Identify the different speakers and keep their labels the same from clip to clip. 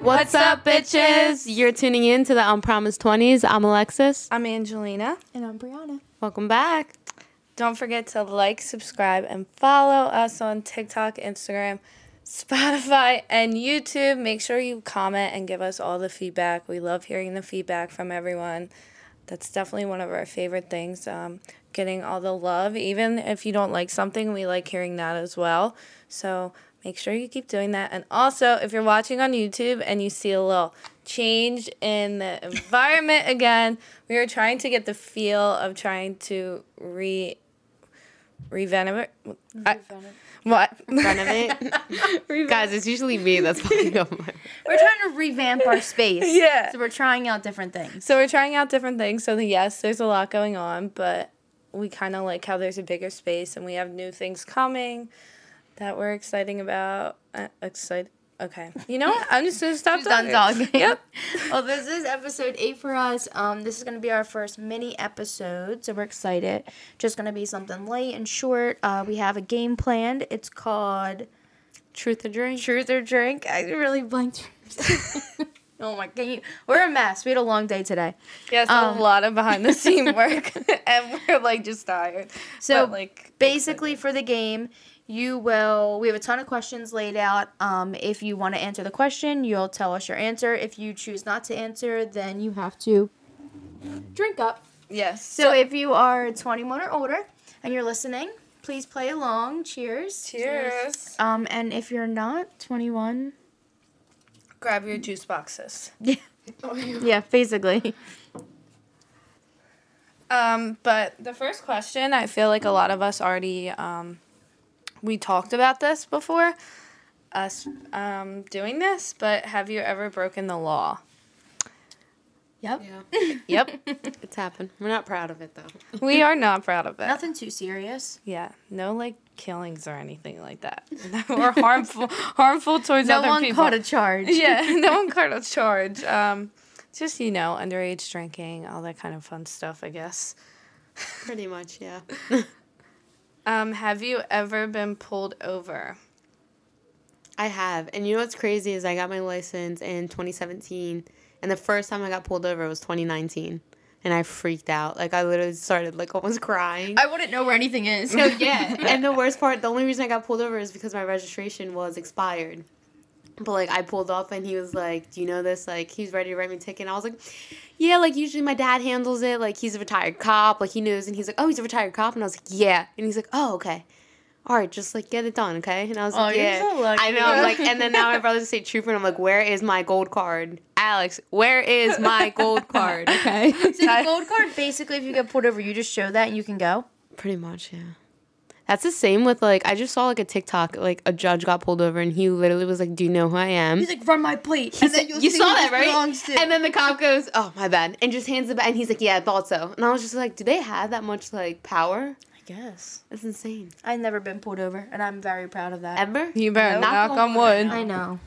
Speaker 1: What's up, bitches? You're tuning in to the Unpromised 20s. I'm Alexis.
Speaker 2: I'm Angelina.
Speaker 3: And I'm Brianna.
Speaker 1: Welcome back.
Speaker 2: Don't forget to like, subscribe, and follow us on TikTok, Instagram, Spotify, and YouTube. Make sure you comment and give us all the feedback. We love hearing the feedback from everyone. That's definitely one of our favorite things. Um, getting all the love, even if you don't like something, we like hearing that as well. So make sure you keep doing that. And also, if you're watching on YouTube and you see a little change in the environment again, we were trying to get the feel of trying to re revenovate. I- What?
Speaker 1: Renovate. Guys, it's usually me that's popping up. my-
Speaker 3: We're trying to revamp our space.
Speaker 2: Yeah.
Speaker 3: So we're trying out different things.
Speaker 2: So we're trying out different things. So the, yes, there's a lot going on, but we kind of like how there's a bigger space and we have new things coming that we're exciting about. Uh, excited. Okay. You know what? I'm just gonna stop
Speaker 3: She's done
Speaker 2: talking.
Speaker 3: talking.
Speaker 2: Yep.
Speaker 3: well, this is episode eight for us. Um, this is gonna be our first mini episode, so we're excited. Just gonna be something light and short. Uh, we have a game planned. It's called
Speaker 1: Truth or drink?
Speaker 3: Truth or Drink. I really blanked. oh my! Can you? We're a mess. We had a long day today.
Speaker 2: Yes,
Speaker 3: Um,
Speaker 2: a lot of behind the scene work, and we're like just tired.
Speaker 3: So,
Speaker 2: But, like
Speaker 3: basically for the game you will we have a ton of questions laid out um, if you want to answer the question you'll tell us your answer if you choose not to answer then you have to drink up
Speaker 2: yes.
Speaker 3: so, if you are 21 or older and you're listening please play along cheers
Speaker 2: cheers.
Speaker 3: um, and if you're not 21
Speaker 2: Grab your juice boxes.
Speaker 3: yeah basically
Speaker 2: Um, but the first question, I feel like a lot of us already um, we talked about this before, us um, doing this. But have you ever broken the law?
Speaker 3: yep
Speaker 2: Yep,
Speaker 1: It's happened. We're not proud of it, though.
Speaker 2: we are not proud of it.
Speaker 3: nothing too serious
Speaker 2: Yeah, no like killings or anything like that, or harmful harmful towards
Speaker 3: no
Speaker 2: other
Speaker 3: one
Speaker 2: people.
Speaker 3: caught a charge
Speaker 2: yeah, no one caught a charge. Um, just you know, underage drinking, all that kind of fun stuff, I guess.
Speaker 1: Pretty much, yeah.
Speaker 2: Um, have you ever been pulled over?
Speaker 1: I have. And you know what's crazy is I got my license in 2017, and the first time I got pulled over was 2019. And I freaked out. Like, I literally started, like, almost crying.
Speaker 3: i wouldn't know where anything is so yeah
Speaker 1: and the worst part, the only reason I got pulled over is because my registration was expired. But like I pulled off and he was like, "Do you know this?" Like he's ready to write me a ticket. And I was like, "Yeah." Like usually my dad handles it. Like he's a retired cop. Like he knows. And he's like, "Oh, he's a retired cop." And I was like, "Yeah." And he's like, "Oh, okay." All right, just like get it done, okay? And I was like,
Speaker 3: you're
Speaker 1: "Yeah."
Speaker 3: so lucky.
Speaker 1: I know. I'm like, and then now my brother's a state trooper, and I'm like, "Where is my gold card, Alex? Where is my gold card?" Okay.
Speaker 3: so the gold card basically if you get pulled over you just show that and you can go
Speaker 1: Pretty much, yeah. That's the same with like I just saw like a TikTok like a judge got pulled over and he literally was like, "Do you know who I am?"
Speaker 3: He's like, run my plate.
Speaker 1: He said- you saw that right? And
Speaker 3: And
Speaker 1: then the cop goes, "Oh my bad," and just hands it back. And he's like, "Yeah, I thought so." And I was just like, "Do they have that much like power?
Speaker 3: I guess
Speaker 1: That's insane."
Speaker 3: I've never been pulled over, and I'm very proud of that.
Speaker 1: Ever?
Speaker 2: You better knock, on wood.
Speaker 3: I know.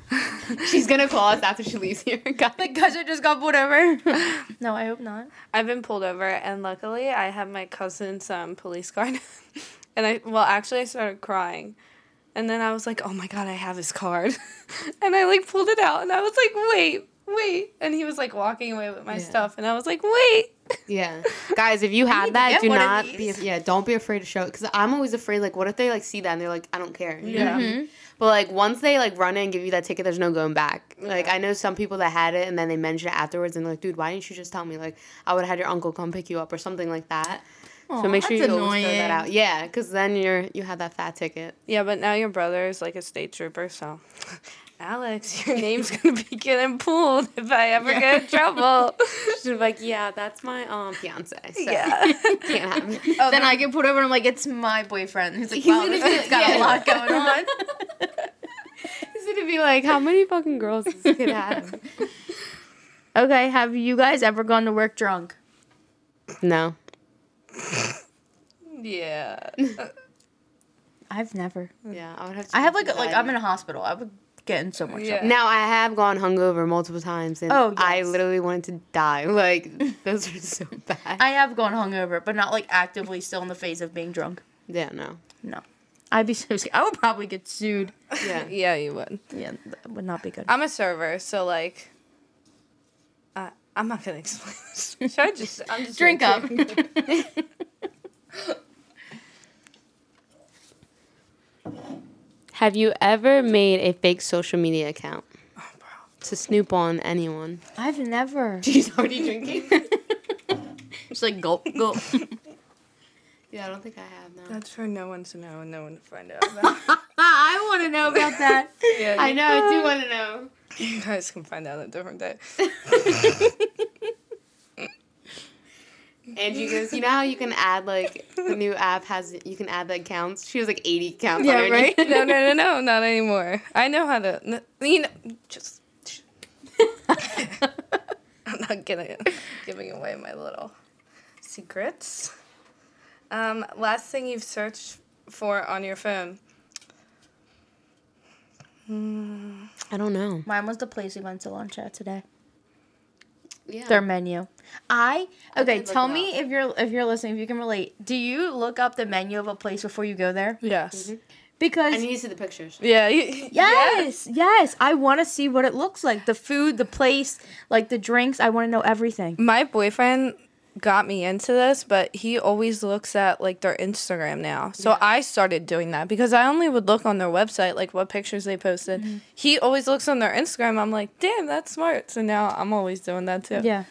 Speaker 1: She's gonna call us after she leaves here. Got it.
Speaker 3: Because I just got pulled over. no, I hope not.
Speaker 2: I've been pulled over, and luckily I have my cousin's um, police card. and I, well, actually, I started crying. And then I was like, oh my God, I have his card. and I like pulled it out, and I was like, wait, wait. And he was like walking away with my
Speaker 1: Yeah.
Speaker 2: stuff, and I was like, wait.
Speaker 1: Yeah, guys, if you
Speaker 3: need to
Speaker 1: have that,
Speaker 3: get
Speaker 1: do
Speaker 3: one of
Speaker 1: not be.
Speaker 3: these.
Speaker 1: Yeah, don't be afraid to show it because I'm always afraid. Like, what if they like see that and they're like, "I don't care." you know?
Speaker 2: Yeah.
Speaker 1: But like once they like run it and give you that ticket, there's no going back. Like
Speaker 2: Yeah.
Speaker 1: I know some people that had it and then they mentioned it afterwards and they're like, dude, why didn't you just tell me? Like I would have had your uncle come pick you up or something like that. so
Speaker 3: Aw,
Speaker 1: make sure you
Speaker 3: that's
Speaker 1: always throw that
Speaker 3: annoying.
Speaker 1: out. Yeah, because then you're you have that fat ticket.
Speaker 2: Yeah, but now your brother is like a state trooper, so. Alex, your name's gonna be getting pulled if I ever get in trouble.
Speaker 1: She's like, yeah, that's my um fiance. So
Speaker 2: yeah.
Speaker 1: can't happen.
Speaker 3: Oh, then I get pulled over, and I'm like, it's my boyfriend. He's like,
Speaker 1: He's
Speaker 3: wow,
Speaker 1: gonna
Speaker 3: this
Speaker 1: be like,
Speaker 3: kid's got a
Speaker 1: yeah.
Speaker 3: lot going on.
Speaker 1: He's gonna be like, how many fucking girls does this kid have?
Speaker 3: okay, have you guys ever gone to work drunk?
Speaker 1: No.
Speaker 2: Yeah. Uh,
Speaker 3: I've never.
Speaker 1: Yeah, I would have. To
Speaker 3: I have like a, like I'm in a hospital. I would get in so much.
Speaker 2: Yeah.
Speaker 3: trouble.
Speaker 1: Now I have gone hungover multiple times and
Speaker 3: Oh,
Speaker 1: I
Speaker 3: yes.
Speaker 1: literally wanted to die. Like those are so bad.
Speaker 3: I have gone hungover, but not like actively still in the phase of being drunk.
Speaker 1: yeah, no.
Speaker 3: No, I'd be so scared. I would probably get sued.
Speaker 1: Yeah.
Speaker 2: Yeah, you would.
Speaker 3: Yeah, that would not be good.
Speaker 2: I'm a server, so like I'm not gonna explain this. Should I just? I'm just
Speaker 3: Drink up.
Speaker 2: gonna drink.
Speaker 1: Have you ever made a fake social media account
Speaker 2: Oh, bro.
Speaker 1: to snoop on anyone?
Speaker 3: I've never.
Speaker 1: She's already drinking.
Speaker 3: It's like gulp gulp.
Speaker 1: Yeah, I don't think I have now.
Speaker 2: That's for no one to know and no one to find out. About.
Speaker 3: I want to know about that.
Speaker 2: yeah,
Speaker 1: I know. I do want to know.
Speaker 2: you guys can find out a different day.
Speaker 1: Angie goes, you know how you can add like the new app has you can add the accounts. She was like eighty accounts.
Speaker 2: Yeah,
Speaker 1: already.
Speaker 2: right? No, no, no, no, not anymore. I know how to. n- You know, just. I'm not gonna giving away my little secrets. Um, last thing you've searched for on your phone.
Speaker 1: I don't know.
Speaker 3: Mine was the place we went to lunch at today.
Speaker 1: Yeah.
Speaker 3: Their menu. I okay.
Speaker 1: did look
Speaker 3: tell
Speaker 1: it
Speaker 3: me if you're if you're listening, if you can relate. Do you look up the menu of a place before you go there?
Speaker 2: Yes.
Speaker 3: Because
Speaker 1: I need to see the pictures.
Speaker 2: Yeah. You,
Speaker 3: Yes, yes. I want to see what it looks like. The food, the place, like the drinks. I want to know everything.
Speaker 2: my boyfriend got me into this, but he always looks at like their Instagram now. So I started doing that because I only would look on their website, like what pictures they posted. He always looks on their Instagram. I'm like, damn, that's smart. So now I'm always doing that too.
Speaker 3: Yeah.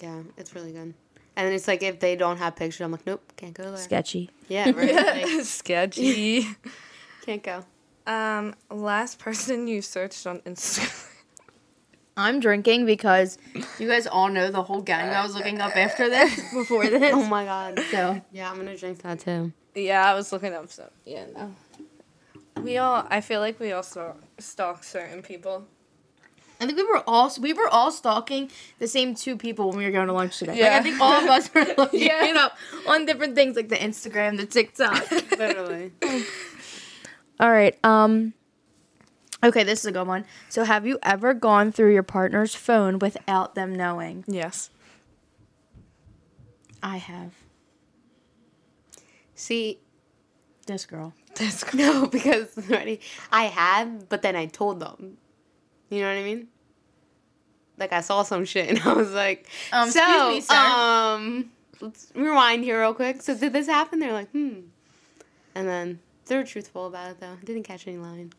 Speaker 1: Yeah, it's really good. And then it's like if they don't have pictures, I'm like, nope, can't go there.
Speaker 3: Sketchy.
Speaker 1: Yeah, right. like,
Speaker 2: Sketchy.
Speaker 1: can't go.
Speaker 2: um, last person you searched on Instagram.
Speaker 3: I'm drinking because you guys all know the whole gang I was looking up after this, before
Speaker 1: Oh
Speaker 3: this.
Speaker 1: my god.
Speaker 3: So
Speaker 1: Yeah, I'm gonna drink that too.
Speaker 2: yeah, I was looking up some. Yeah, no. We all, I feel like we all stalk, stalk certain people.
Speaker 3: I think we were all we were all stalking the same two people when we were going to lunch today. Like
Speaker 2: Yeah.
Speaker 3: I think all of us were looking
Speaker 2: Yeah.
Speaker 3: it up on different things like the Instagram, the TikTok.
Speaker 1: Literally.
Speaker 3: all right. Um. Okay, this is a good one. So, have you ever gone through your partner's phone without them knowing?
Speaker 2: Yes.
Speaker 3: I have.
Speaker 1: See,
Speaker 3: This girl.
Speaker 2: That's cool.
Speaker 1: no, because already I had, but then I told them. You know what I mean? Like I saw some shit and I was like,
Speaker 3: Um,
Speaker 1: so
Speaker 3: excuse me, sir."
Speaker 1: um, let's rewind here real quick. So did this happen? They're like, hmm, and then they were truthful about it though. Didn't catch any lying.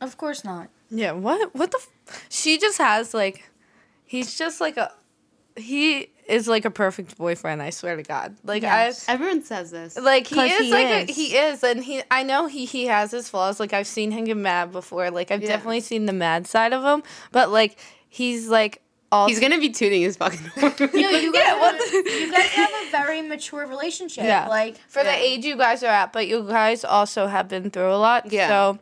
Speaker 3: Of course not.
Speaker 2: Yeah, what what the f- she just has like he's just like a he is like a perfect boyfriend, I swear to god. Like
Speaker 3: Yes.
Speaker 1: Everyone says this.
Speaker 2: I like he
Speaker 3: 'Cause
Speaker 2: is
Speaker 3: he
Speaker 2: like a-
Speaker 3: is.
Speaker 2: he is and he I know he he has his flaws. Like I've seen him get mad before. Like I've
Speaker 1: Yeah.
Speaker 2: definitely seen the mad side of him, but like he's like all
Speaker 1: He's gonna be tuning his fucking. horn.
Speaker 3: No, you guys,
Speaker 2: Yeah,
Speaker 3: have,
Speaker 2: what
Speaker 3: a,
Speaker 2: the-
Speaker 3: you guys have a very mature relationship.
Speaker 2: Yeah.
Speaker 3: Like
Speaker 2: for
Speaker 1: Yeah.
Speaker 2: the age you guys are at, but you guys also have been through a lot.
Speaker 1: Yeah.
Speaker 2: So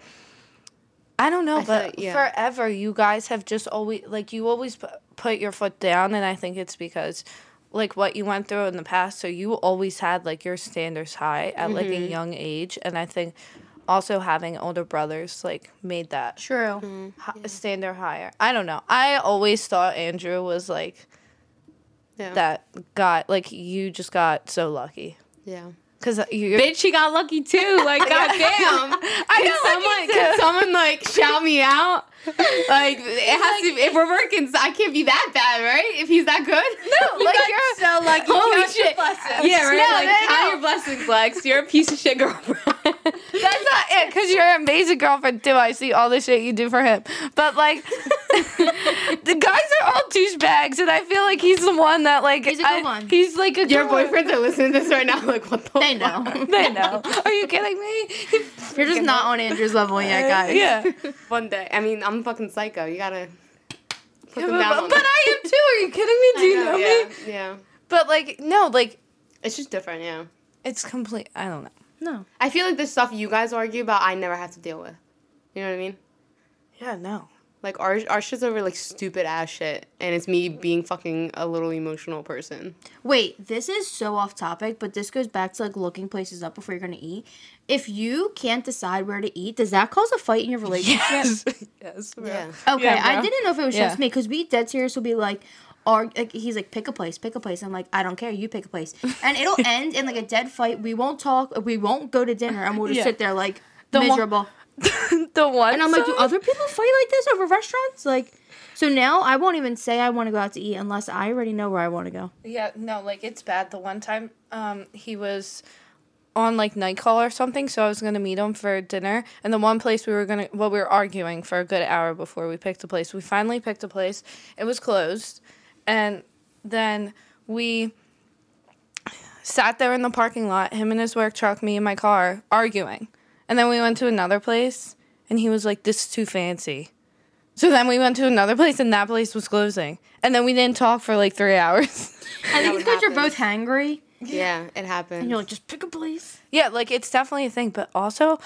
Speaker 2: I don't know,
Speaker 1: I
Speaker 2: but
Speaker 1: feel- yeah.
Speaker 2: forever you guys have just always like you always pu- put your foot down, and I think it's because like what you went through in the past. So you always had like your standards high at like
Speaker 1: Mm-hmm.
Speaker 2: a young age, and I think also having older brothers like made that
Speaker 3: true.
Speaker 2: hi- standard higher. I don't know. I always thought Andrew was like
Speaker 1: yeah.
Speaker 2: that guy. Like you just got so lucky.
Speaker 1: Yeah.
Speaker 2: Cause you,
Speaker 1: Bitch, she got lucky too. Like, goddamn.
Speaker 2: I
Speaker 1: Can someone, can someone like shout me out? Like it has to. If we're working, so I can't be that bad, right? If he's that good,
Speaker 2: No, like you're
Speaker 3: so lucky.
Speaker 1: holy
Speaker 3: Count your
Speaker 1: shit.
Speaker 3: blessings.
Speaker 1: Yeah, right.
Speaker 2: No,
Speaker 1: like
Speaker 2: no,
Speaker 1: count
Speaker 2: no.
Speaker 1: your blessings, Lex. You're a piece of shit girlfriend.
Speaker 2: That's not it, because you're an amazing girlfriend too. I see all the shit you do for him. But like the guys are all douchebags, and I feel like he's the one that like
Speaker 3: He's a good
Speaker 2: I-
Speaker 3: one.
Speaker 2: He's like a
Speaker 1: Your
Speaker 2: good one.
Speaker 1: boyfriends are listening to this right now. Like what the?
Speaker 3: They
Speaker 1: fuck?
Speaker 3: know.
Speaker 2: They know. Are you kidding me?
Speaker 3: You're just not on Andrew's level yet, guys.
Speaker 2: Yeah.
Speaker 1: One day. I mean, I'm fucking psycho. You gotta put
Speaker 2: But,
Speaker 1: them down. on
Speaker 2: but
Speaker 1: that.
Speaker 2: I am too. Are you kidding me? Do you know,
Speaker 1: yeah,
Speaker 2: me?
Speaker 1: yeah.
Speaker 2: But like no, like
Speaker 1: It's just different. Yeah.
Speaker 2: it's complete. I don't know.
Speaker 3: No.
Speaker 1: I feel like the stuff you guys argue about, I never have to deal with. You know what I mean?
Speaker 2: Yeah, no.
Speaker 1: Like our our shit's over like stupid ass shit, and it's me being fucking a little emotional person.
Speaker 3: Wait, this is so off topic, but this goes back to like looking places up before you're gonna eat. If you can't decide where to eat, does that cause a fight in your relationship?
Speaker 2: Yes. yes. bro.
Speaker 1: Yeah.
Speaker 3: Okay,
Speaker 2: Yeah,
Speaker 3: I
Speaker 2: bro.
Speaker 3: didn't know if it was
Speaker 2: Yeah.
Speaker 3: just me because we dead serious will be like, or like, he's like, pick a place, pick a place. I'm like, I don't care, you pick a place, and it'll end in like a dead fight. We won't talk, we won't go to dinner, and we'll just
Speaker 2: Yeah.
Speaker 3: sit there like
Speaker 2: one-
Speaker 3: miserable.
Speaker 2: the one.
Speaker 3: And I'm like, do
Speaker 2: song-
Speaker 3: other people fight like this over restaurants? Like, So now I won't even say I want to go out to eat unless I already know where I want to go.
Speaker 2: Yeah, no, like it's bad. The one time um he was on like night call or something, so I was gonna meet him for dinner. And the one place we were gonna well, we were arguing for a good hour before we picked a place. We finally picked a place. It was closed, and then we sat there in the parking lot, him in his work truck, me in my car, arguing. And then we went to another place, and he was like, "This is too fancy." So then we went to another place, and that place was closing. And then we didn't talk for like three hours.
Speaker 3: I think
Speaker 1: would
Speaker 3: it's because you're
Speaker 1: happen.
Speaker 3: both hangry.
Speaker 1: Yeah, it happens.
Speaker 3: And you're like, just pick a place.
Speaker 2: Yeah, like it's definitely a thing, but also,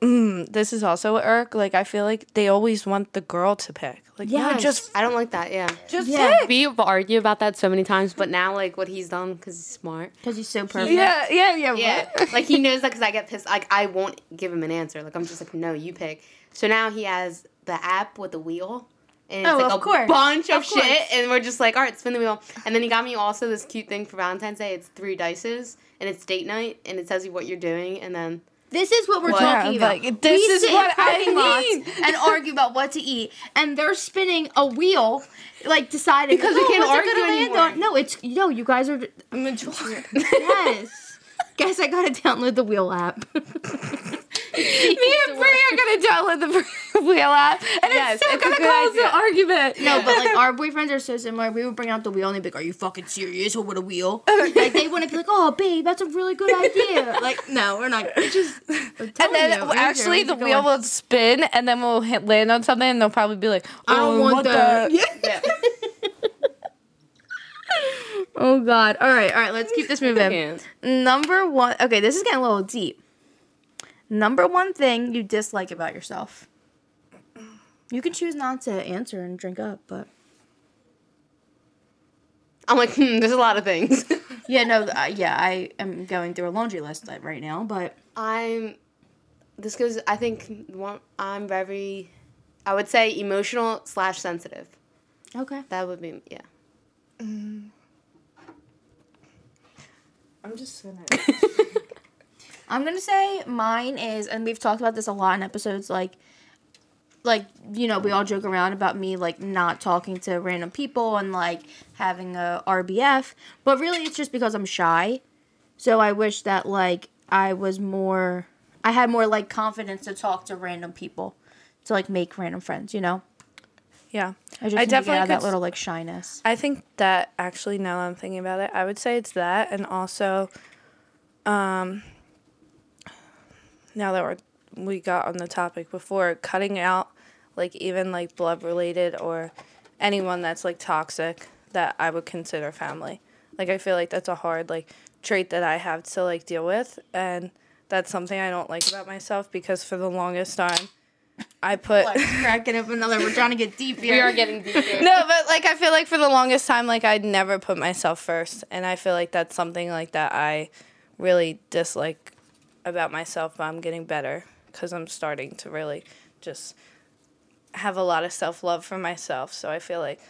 Speaker 2: mm, this is also a irk. Like I feel like they always want the girl to pick. Like yeah,
Speaker 3: Yes.
Speaker 2: just
Speaker 1: I don't like that. Yeah.
Speaker 2: just
Speaker 3: Yeah.
Speaker 2: pick.
Speaker 1: We have argued about that so many times, but now like what he's done because he's smart.
Speaker 3: Because he's so perfect.
Speaker 2: Yeah, yeah, yeah.
Speaker 1: Yeah,
Speaker 2: what?
Speaker 1: like he knows that because I get pissed. Like I won't give him an answer. Like I'm just like, no, you pick. So now he has the app with the wheel. And it's
Speaker 3: Oh,
Speaker 1: like
Speaker 3: of
Speaker 1: a
Speaker 3: course.
Speaker 1: bunch of,
Speaker 3: Of course.
Speaker 1: shit, and we're just like, all right, spin the wheel. And then he got me also this cute thing for Valentine's Day. It's three dices, and it's date night, and it tells you what you're doing, and then
Speaker 3: This is what we're
Speaker 1: What?
Speaker 3: talking
Speaker 2: Yeah,
Speaker 3: about.
Speaker 2: like, this
Speaker 3: we
Speaker 2: is
Speaker 3: sit in
Speaker 2: what I
Speaker 3: parking lots
Speaker 2: mean.
Speaker 3: and argue about what to eat, and they're spinning a wheel, like deciding
Speaker 1: Because we
Speaker 3: "Oh,
Speaker 1: can't
Speaker 3: what's it
Speaker 1: argue
Speaker 3: gonna land
Speaker 1: anymore."
Speaker 3: on?" No, it's no. You guys are
Speaker 2: Mature.
Speaker 3: yes. Guess I gotta download the wheel app.
Speaker 2: Me and Brie are gonna download the Brie wheel app, and
Speaker 3: Yes,
Speaker 2: it's still
Speaker 3: it's a
Speaker 2: gonna
Speaker 3: good
Speaker 2: cause
Speaker 3: idea.
Speaker 2: an argument.
Speaker 3: No, but like our boyfriends are so similar. We would bring out the wheel and they'd be like, "Are you fucking serious? Or what a wheel!" like they wouldn't be like, "Oh, babe, that's a really good idea." Like, no, we're not. We're just. And
Speaker 2: And then actually, the wheel will spin, and then we'll hit, land on something, and they'll probably be like,
Speaker 3: I
Speaker 2: "Oh,
Speaker 3: don't want, that.
Speaker 1: yeah,
Speaker 3: Oh God! All right, all right. Let's keep this moving.
Speaker 1: Yeah.
Speaker 3: Number one. Okay, this is getting a little deep. Number one thing you dislike about yourself. You can choose not to answer and drink up, but
Speaker 1: I'm like, hmm, there's a lot of things.
Speaker 3: yeah, no, uh, yeah, I am going through a laundry list like, right now, but
Speaker 1: I'm. This goes. I think one, I'm very. I would say emotional slash sensitive.
Speaker 3: okay.
Speaker 1: That would be yeah.
Speaker 2: I'm just gonna.
Speaker 3: I'm gonna say mine is, and we've talked about this a lot in episodes, like, like you know, we all joke around about me like not talking to random people and like having a RBF, but really it's just because I'm shy. So I wish that like I was more, I had more like confidence to talk to random people, to like make random friends, you know.
Speaker 2: Yeah, I
Speaker 3: I just need to get
Speaker 2: definitely
Speaker 3: out of that
Speaker 2: could-
Speaker 3: little like shyness.
Speaker 2: I think that actually now that I'm thinking about it, I would say it's that and also um now that we're we got on the topic before, cutting out like even like blood related or anyone that's like toxic that I would consider family. Like I feel like that's a hard like trait that I have to like deal with and that's something I don't like about myself because for the longest time I put
Speaker 3: cracking up another. We're trying to get deep here.
Speaker 1: We are getting deeper.
Speaker 2: no, but like I feel like for the longest time, like I'd never put myself first, and I feel like that's something like that I really dislike about myself. But I'm getting better because I'm starting to really just have a lot of self love for myself. So I feel like,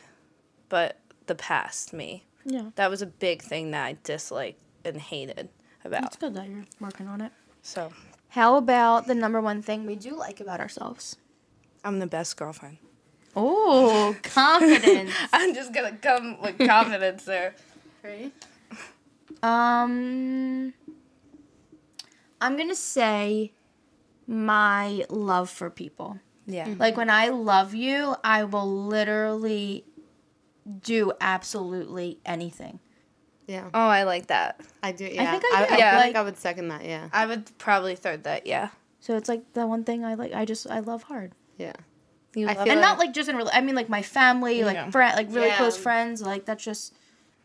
Speaker 2: but the past me,
Speaker 3: yeah,
Speaker 2: that was a big thing that I disliked and hated
Speaker 3: it's
Speaker 2: about.
Speaker 3: good that you're working on it.
Speaker 2: So
Speaker 3: How about the number one thing we do like about ourselves?
Speaker 2: I'm the best girlfriend.
Speaker 3: Oh, confidence.
Speaker 2: I'm just gonna come with confidence there.
Speaker 3: um, I'm gonna say my love for people.
Speaker 2: Yeah.
Speaker 3: Like when I love you, I will literally do absolutely anything.
Speaker 1: Yeah,
Speaker 2: Oh, I like that.
Speaker 1: I do. Yeah, I
Speaker 3: think
Speaker 1: think
Speaker 3: I
Speaker 1: I,
Speaker 3: get,
Speaker 1: feel
Speaker 2: like-
Speaker 1: like I would second that. Yeah,
Speaker 2: I would probably third that. Yeah.
Speaker 3: So it's like the one thing I like. I just I love hard,
Speaker 1: yeah.
Speaker 2: You
Speaker 1: I
Speaker 2: love
Speaker 1: feel
Speaker 2: it.
Speaker 3: and not like just in. Rela- I mean, like my family,
Speaker 2: Yeah.
Speaker 3: like friend, like really
Speaker 1: Yeah.
Speaker 3: close friends. Like that's just,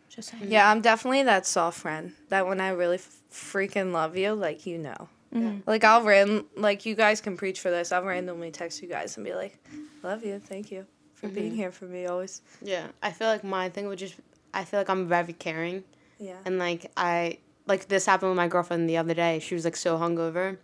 Speaker 3: just.
Speaker 2: Yeah, I'm definitely that soft friend. That when I really f- freaking love you, like you know.
Speaker 3: Mm-hmm.
Speaker 2: Like I'll ran like you guys can preach for this. I'll randomly text you guys and be like, "Love you, thank you for
Speaker 3: Mm-hmm.
Speaker 2: being here for me always."
Speaker 1: Yeah, I feel like my thing would just. I feel like I'm very caring,
Speaker 2: Yeah.
Speaker 1: and like I like this happened with my girlfriend the other day. She was like so hungover,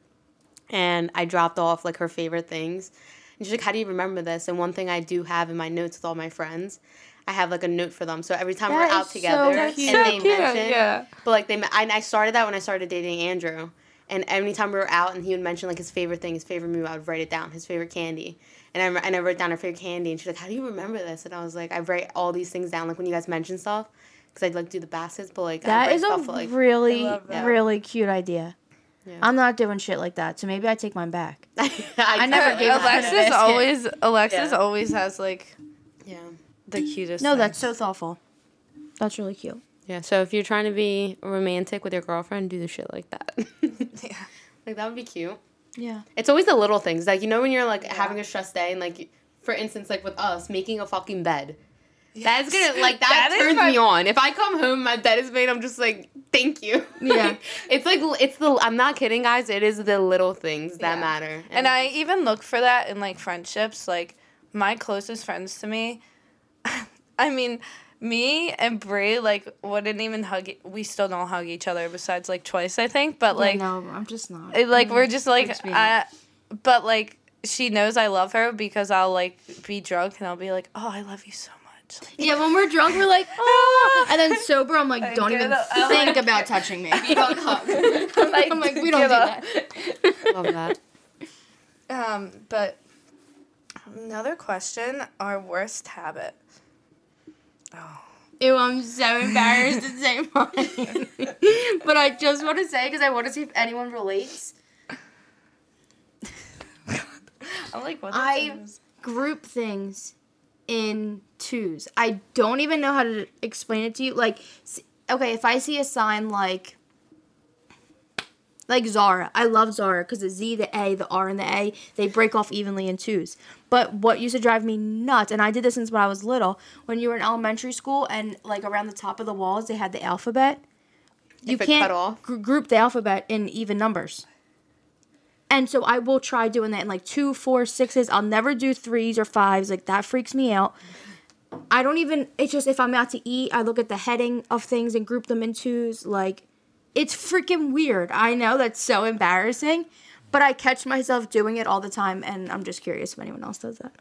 Speaker 1: and I dropped off like her favorite things, and she's like, "How do you remember this?" And one thing I do have in my notes with all my friends, I have like a note for them. So every time
Speaker 3: That
Speaker 1: we're out
Speaker 3: is so
Speaker 1: together,
Speaker 3: That's cute.
Speaker 1: and they mention, but like they, me- I, I started that when I started dating Andrew. And anytime we were out and he would mention like his favorite thing, his favorite movie, I would write it down, his favorite candy. And I, rem- and I wrote down her favorite candy. And she's like, How do you remember this? And I was like, I write all these things down, like when you guys mention stuff. Because I'd like do the baskets, but like, I
Speaker 3: That
Speaker 1: write
Speaker 3: is
Speaker 1: stuff
Speaker 3: a
Speaker 1: like,
Speaker 3: really,
Speaker 2: I love that.
Speaker 3: really cute idea.
Speaker 1: Yeah.
Speaker 3: I'm not doing shit like that, so maybe I take mine back.
Speaker 1: I
Speaker 3: never gave up.
Speaker 2: Alexis
Speaker 3: basket.
Speaker 2: always Alexis
Speaker 1: Yeah.
Speaker 2: always has like
Speaker 1: Yeah.
Speaker 2: the cutest.
Speaker 3: No,
Speaker 2: thing.
Speaker 3: that's so thoughtful. That's really cute.
Speaker 1: Yeah. So if you're trying to be romantic with your girlfriend, do the shit like that. yeah. Like, that would be cute.
Speaker 3: Yeah.
Speaker 1: It's always the little things. Like, you know, when you're like having a stress day and like, for instance, like with us, making a fucking bed. That is gonna like that,
Speaker 2: That is
Speaker 1: turns
Speaker 2: my-
Speaker 1: me on. If I come home, my bed is made. I'm just like, thank you.
Speaker 3: Yeah.
Speaker 1: it's like it's the. I'm not kidding, guys. It is the little things that
Speaker 2: Yeah.
Speaker 1: matter.
Speaker 2: And I even look for that in like friendships. Like my closest friends to me, I mean, me and Brie like wouldn't even hug. e, We still don't hug each other besides like twice, I think. But like,
Speaker 3: no, Mm-hmm. I'm just not.
Speaker 2: it, like we're just like,
Speaker 3: freaks me
Speaker 2: I, but like she knows I love her because I'll like be drunk and I'll be like, oh, I love you so much.
Speaker 3: Yeah, when we're drunk, we're like, oh. And then sober, I'm like, don't
Speaker 2: get
Speaker 3: even
Speaker 2: up. I'm
Speaker 3: think
Speaker 2: like-
Speaker 3: about touching me. You don't hug. I'm like, we don't do
Speaker 2: give
Speaker 3: that.
Speaker 2: up.
Speaker 1: love that.
Speaker 2: Um, but another question: our worst habit. Oh.
Speaker 3: Ew, I'm so embarrassed to say mine. but I just want to say, because I want to see if anyone relates,
Speaker 2: I'm like, what?
Speaker 3: I-
Speaker 2: is-
Speaker 3: group things in twos. I don't even know how to explain it to you. Like, s- okay, if I see a sign like, like Zara, I love Zara because the Z, the A, the R, and the A, they break off evenly in twos. But what used to drive me nuts, and I did this since when I was little, when you were in elementary school and like around the top of the walls, they had the alphabet. You
Speaker 1: If it
Speaker 3: can't
Speaker 1: cut off?
Speaker 3: gr- group the alphabet in even numbers. And so I will try doing that in like two, four, sixes. I'll never do threes or fives. Like that freaks me out. I don't even. It's just if I'm out to eat, I look at the heading of things and group them in twos. Like, it's freaking weird. I know that's so embarrassing, but I catch myself doing it all the time, and I'm just curious if anyone else does that.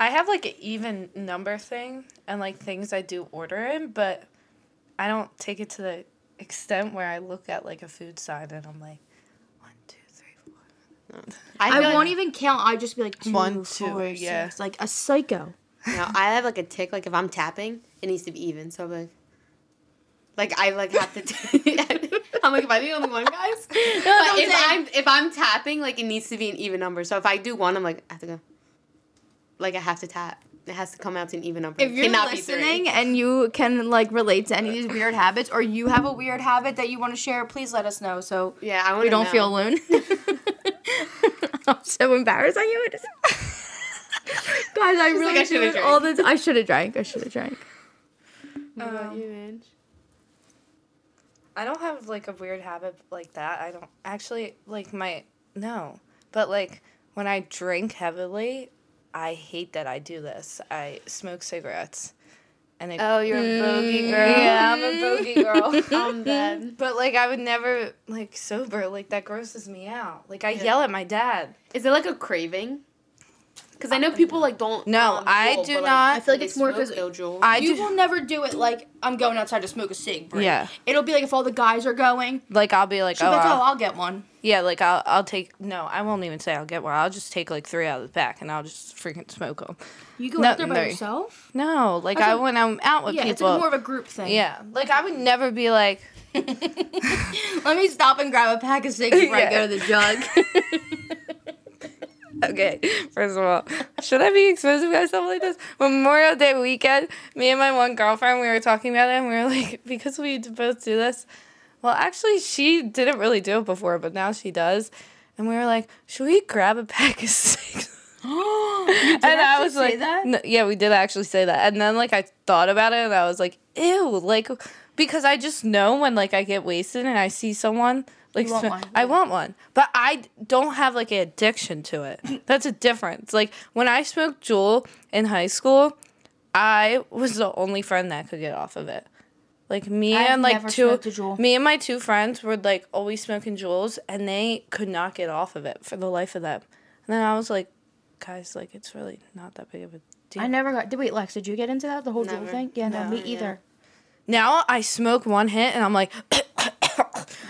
Speaker 2: I have like an even number thing and like things I do order in, but I don't take it to the extent where I look at like a food sign and I'm like, one, two, three, four.
Speaker 1: I,
Speaker 3: I
Speaker 1: feel like-
Speaker 3: won't even count. I just be like two,
Speaker 2: One,
Speaker 3: one,
Speaker 2: two,
Speaker 3: two, four,
Speaker 2: yeah.
Speaker 3: six, like a psycho.
Speaker 1: No, I have like a tick. Like if I'm tapping, it needs to be even. So I'm like, like I like have to. T- I'm like, am I the only one, guys? but
Speaker 3: I'm
Speaker 1: if
Speaker 3: saying-
Speaker 1: I'm if I'm tapping, like it needs to be an even number. So if I do one, I'm like, I have to go. Like I have to tap. It has to come out to an even number.
Speaker 3: If
Speaker 1: It
Speaker 3: you're
Speaker 1: cannot be three.
Speaker 3: listening and you can like relate to any of these weird habits, or you have a weird habit that you want to share, please let us know. So
Speaker 1: yeah, I want.
Speaker 3: we don't feel alone. I'm so embarrassed. I you. Guys, I really
Speaker 1: like, I
Speaker 3: do
Speaker 1: shoulda
Speaker 3: it all the. I should have drank. I should have drank.
Speaker 2: Um, I don't have like a weird habit like that. I don't actually like my no, but like when I drink heavily, I hate that I do this. I smoke cigarettes, and it,
Speaker 1: Oh, you're a
Speaker 3: Mm.
Speaker 1: bogey girl.
Speaker 2: yeah, I'm a bogey girl.
Speaker 1: I'm dead.
Speaker 2: But like I would never like sober. Like that grosses me out. Like I yell at my dad.
Speaker 1: Is it like a craving? Because I know people like don't. um,
Speaker 2: No, I do not.
Speaker 3: I feel like
Speaker 1: they
Speaker 3: it's more
Speaker 1: smoke,
Speaker 3: 'cause-
Speaker 1: they'll jewel.
Speaker 2: I
Speaker 3: you
Speaker 2: do
Speaker 3: will never do it like I'm going outside to smoke a cig. Break.
Speaker 2: Yeah.
Speaker 3: It'll be like if all the guys are going,
Speaker 2: like I'll be like
Speaker 3: she'll
Speaker 2: oh,
Speaker 3: be like,
Speaker 2: I'll-
Speaker 3: oh, I'll get one.
Speaker 2: yeah like I'll I'll take no I won't even say I'll get one. I'll just take like three out of the pack and I'll just freaking smoke them.
Speaker 3: You go
Speaker 2: No,
Speaker 3: out there by
Speaker 2: no.
Speaker 3: yourself?
Speaker 2: No, like
Speaker 3: I
Speaker 2: I
Speaker 3: thought-
Speaker 2: when I'm out with
Speaker 3: Yeah, it's
Speaker 2: people.
Speaker 3: like more of a group thing.
Speaker 2: yeah, like I would never be like
Speaker 3: Let me stop and grab a pack of cigs before I
Speaker 2: Yeah.
Speaker 3: go to the jug.
Speaker 2: Okay, first of all, should I be exposing myself like this? Memorial Day weekend, me and my one girlfriend, we were talking about it, and we were like, because we d- both do this. Well, actually, she didn't really do it before, but now she does. And we were like, should we grab a pack of six? and I
Speaker 3: actually
Speaker 2: was
Speaker 3: say
Speaker 2: like,
Speaker 3: that?
Speaker 2: "No- yeah, we did actually say that. And then like I thought about it, and I was like, ew, like because I just know when like I get wasted and I see someone. Like
Speaker 3: You want
Speaker 2: sm-
Speaker 3: one,
Speaker 2: I
Speaker 3: yeah.
Speaker 2: want one, but I d- don't have like an addiction to it. That's a difference. Like when I smoked Juul in high school, I was the only friend that could get off of it. Like me
Speaker 3: I've
Speaker 2: and like
Speaker 3: never
Speaker 2: two,
Speaker 3: smoked a Juul.
Speaker 2: me and my two friends were like always smoking Juuls, and they could not get off of it for the life of them. And then I was like, guys, like it's really not that big of a deal.
Speaker 3: I never got. Did, wait, Lex, did you get into that? The whole jewel
Speaker 1: Never.
Speaker 3: thing? Yeah, no, me either.
Speaker 2: Now I smoke one hit and I'm like,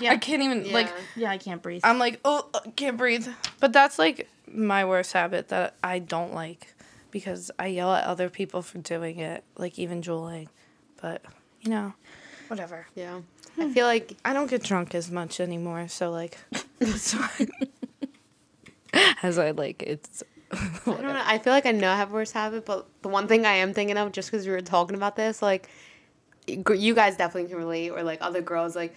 Speaker 2: I can't even like
Speaker 1: Yeah.
Speaker 3: Yeah, I can't breathe.
Speaker 2: I'm like, oh, uh, can't breathe. But that's like my worst habit that I don't like because I yell at other people for doing it, like even Julie. But, you know, whatever.
Speaker 1: Yeah. I feel like
Speaker 2: I don't get drunk as much anymore, so like, it's fine. as I like, it's.
Speaker 1: I don't know. I feel like I know I have a worse habit, but the one thing I am thinking of, just because we were talking about this, like, gr- you guys definitely can relate, or like other girls, like,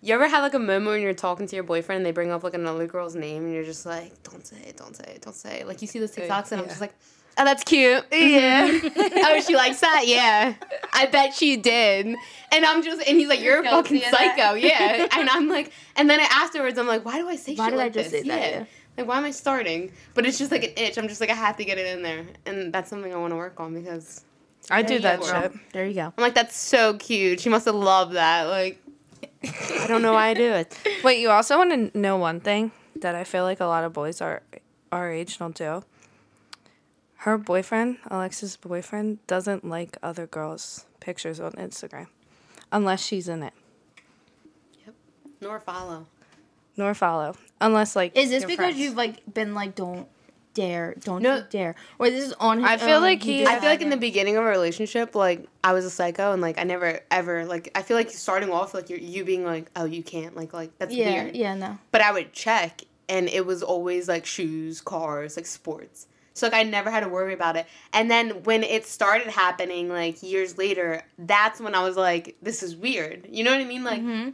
Speaker 1: you ever had like a moment when you're talking to your boyfriend and they bring up like another girl's name and you're just like, don't say it, don't say it, don't say it. Like, you see the TikToks and I'm
Speaker 2: yeah.
Speaker 1: just like, oh, that's cute. Yeah. oh, she likes that? Yeah. I bet she did. And I'm just, and he's like, you're, a
Speaker 3: guilty
Speaker 1: fucking
Speaker 3: of that.
Speaker 1: psycho. Yeah. And I'm like, and then afterwards, I'm like, why do I say
Speaker 3: Why
Speaker 1: shit
Speaker 3: did I
Speaker 1: like
Speaker 3: just
Speaker 1: this?
Speaker 3: say that?
Speaker 1: Yeah.
Speaker 3: Yeah.
Speaker 1: Like, why am I starting? But it's just like an itch. I'm just like, I have to get it in there. And that's something I want to work on because
Speaker 2: I do
Speaker 1: There
Speaker 2: that
Speaker 1: you go.
Speaker 2: shit.
Speaker 3: there you go.
Speaker 1: I'm like, that's so cute. She must have loved that. Like, I don't know why I do it.
Speaker 2: Wait, you also want to know one thing that I feel like a lot of boys our our age don't do. Her boyfriend, Alexa's boyfriend, doesn't like other girls' pictures on Instagram, unless she's in it,
Speaker 1: Nor follow.
Speaker 2: nor follow, unless like.
Speaker 3: Is this
Speaker 2: they're
Speaker 3: because
Speaker 2: friends.
Speaker 3: you've like been like don't dare, don't
Speaker 1: No.
Speaker 3: you dare, or this is on? His
Speaker 2: I feel
Speaker 3: own,
Speaker 2: like he-
Speaker 1: I feel like in the beginning of a relationship, like I was a psycho, and like I never ever like I feel like starting off like you you being like, oh, you can't like like that's
Speaker 3: yeah,
Speaker 1: weird.
Speaker 3: yeah, no.
Speaker 1: But I would check, and it was always like shoes, cars, like sports. So like I never had to worry about it. And then when it started happening, like years later, that's when I was like, this is weird. You know what I mean? Like
Speaker 2: Mm-hmm.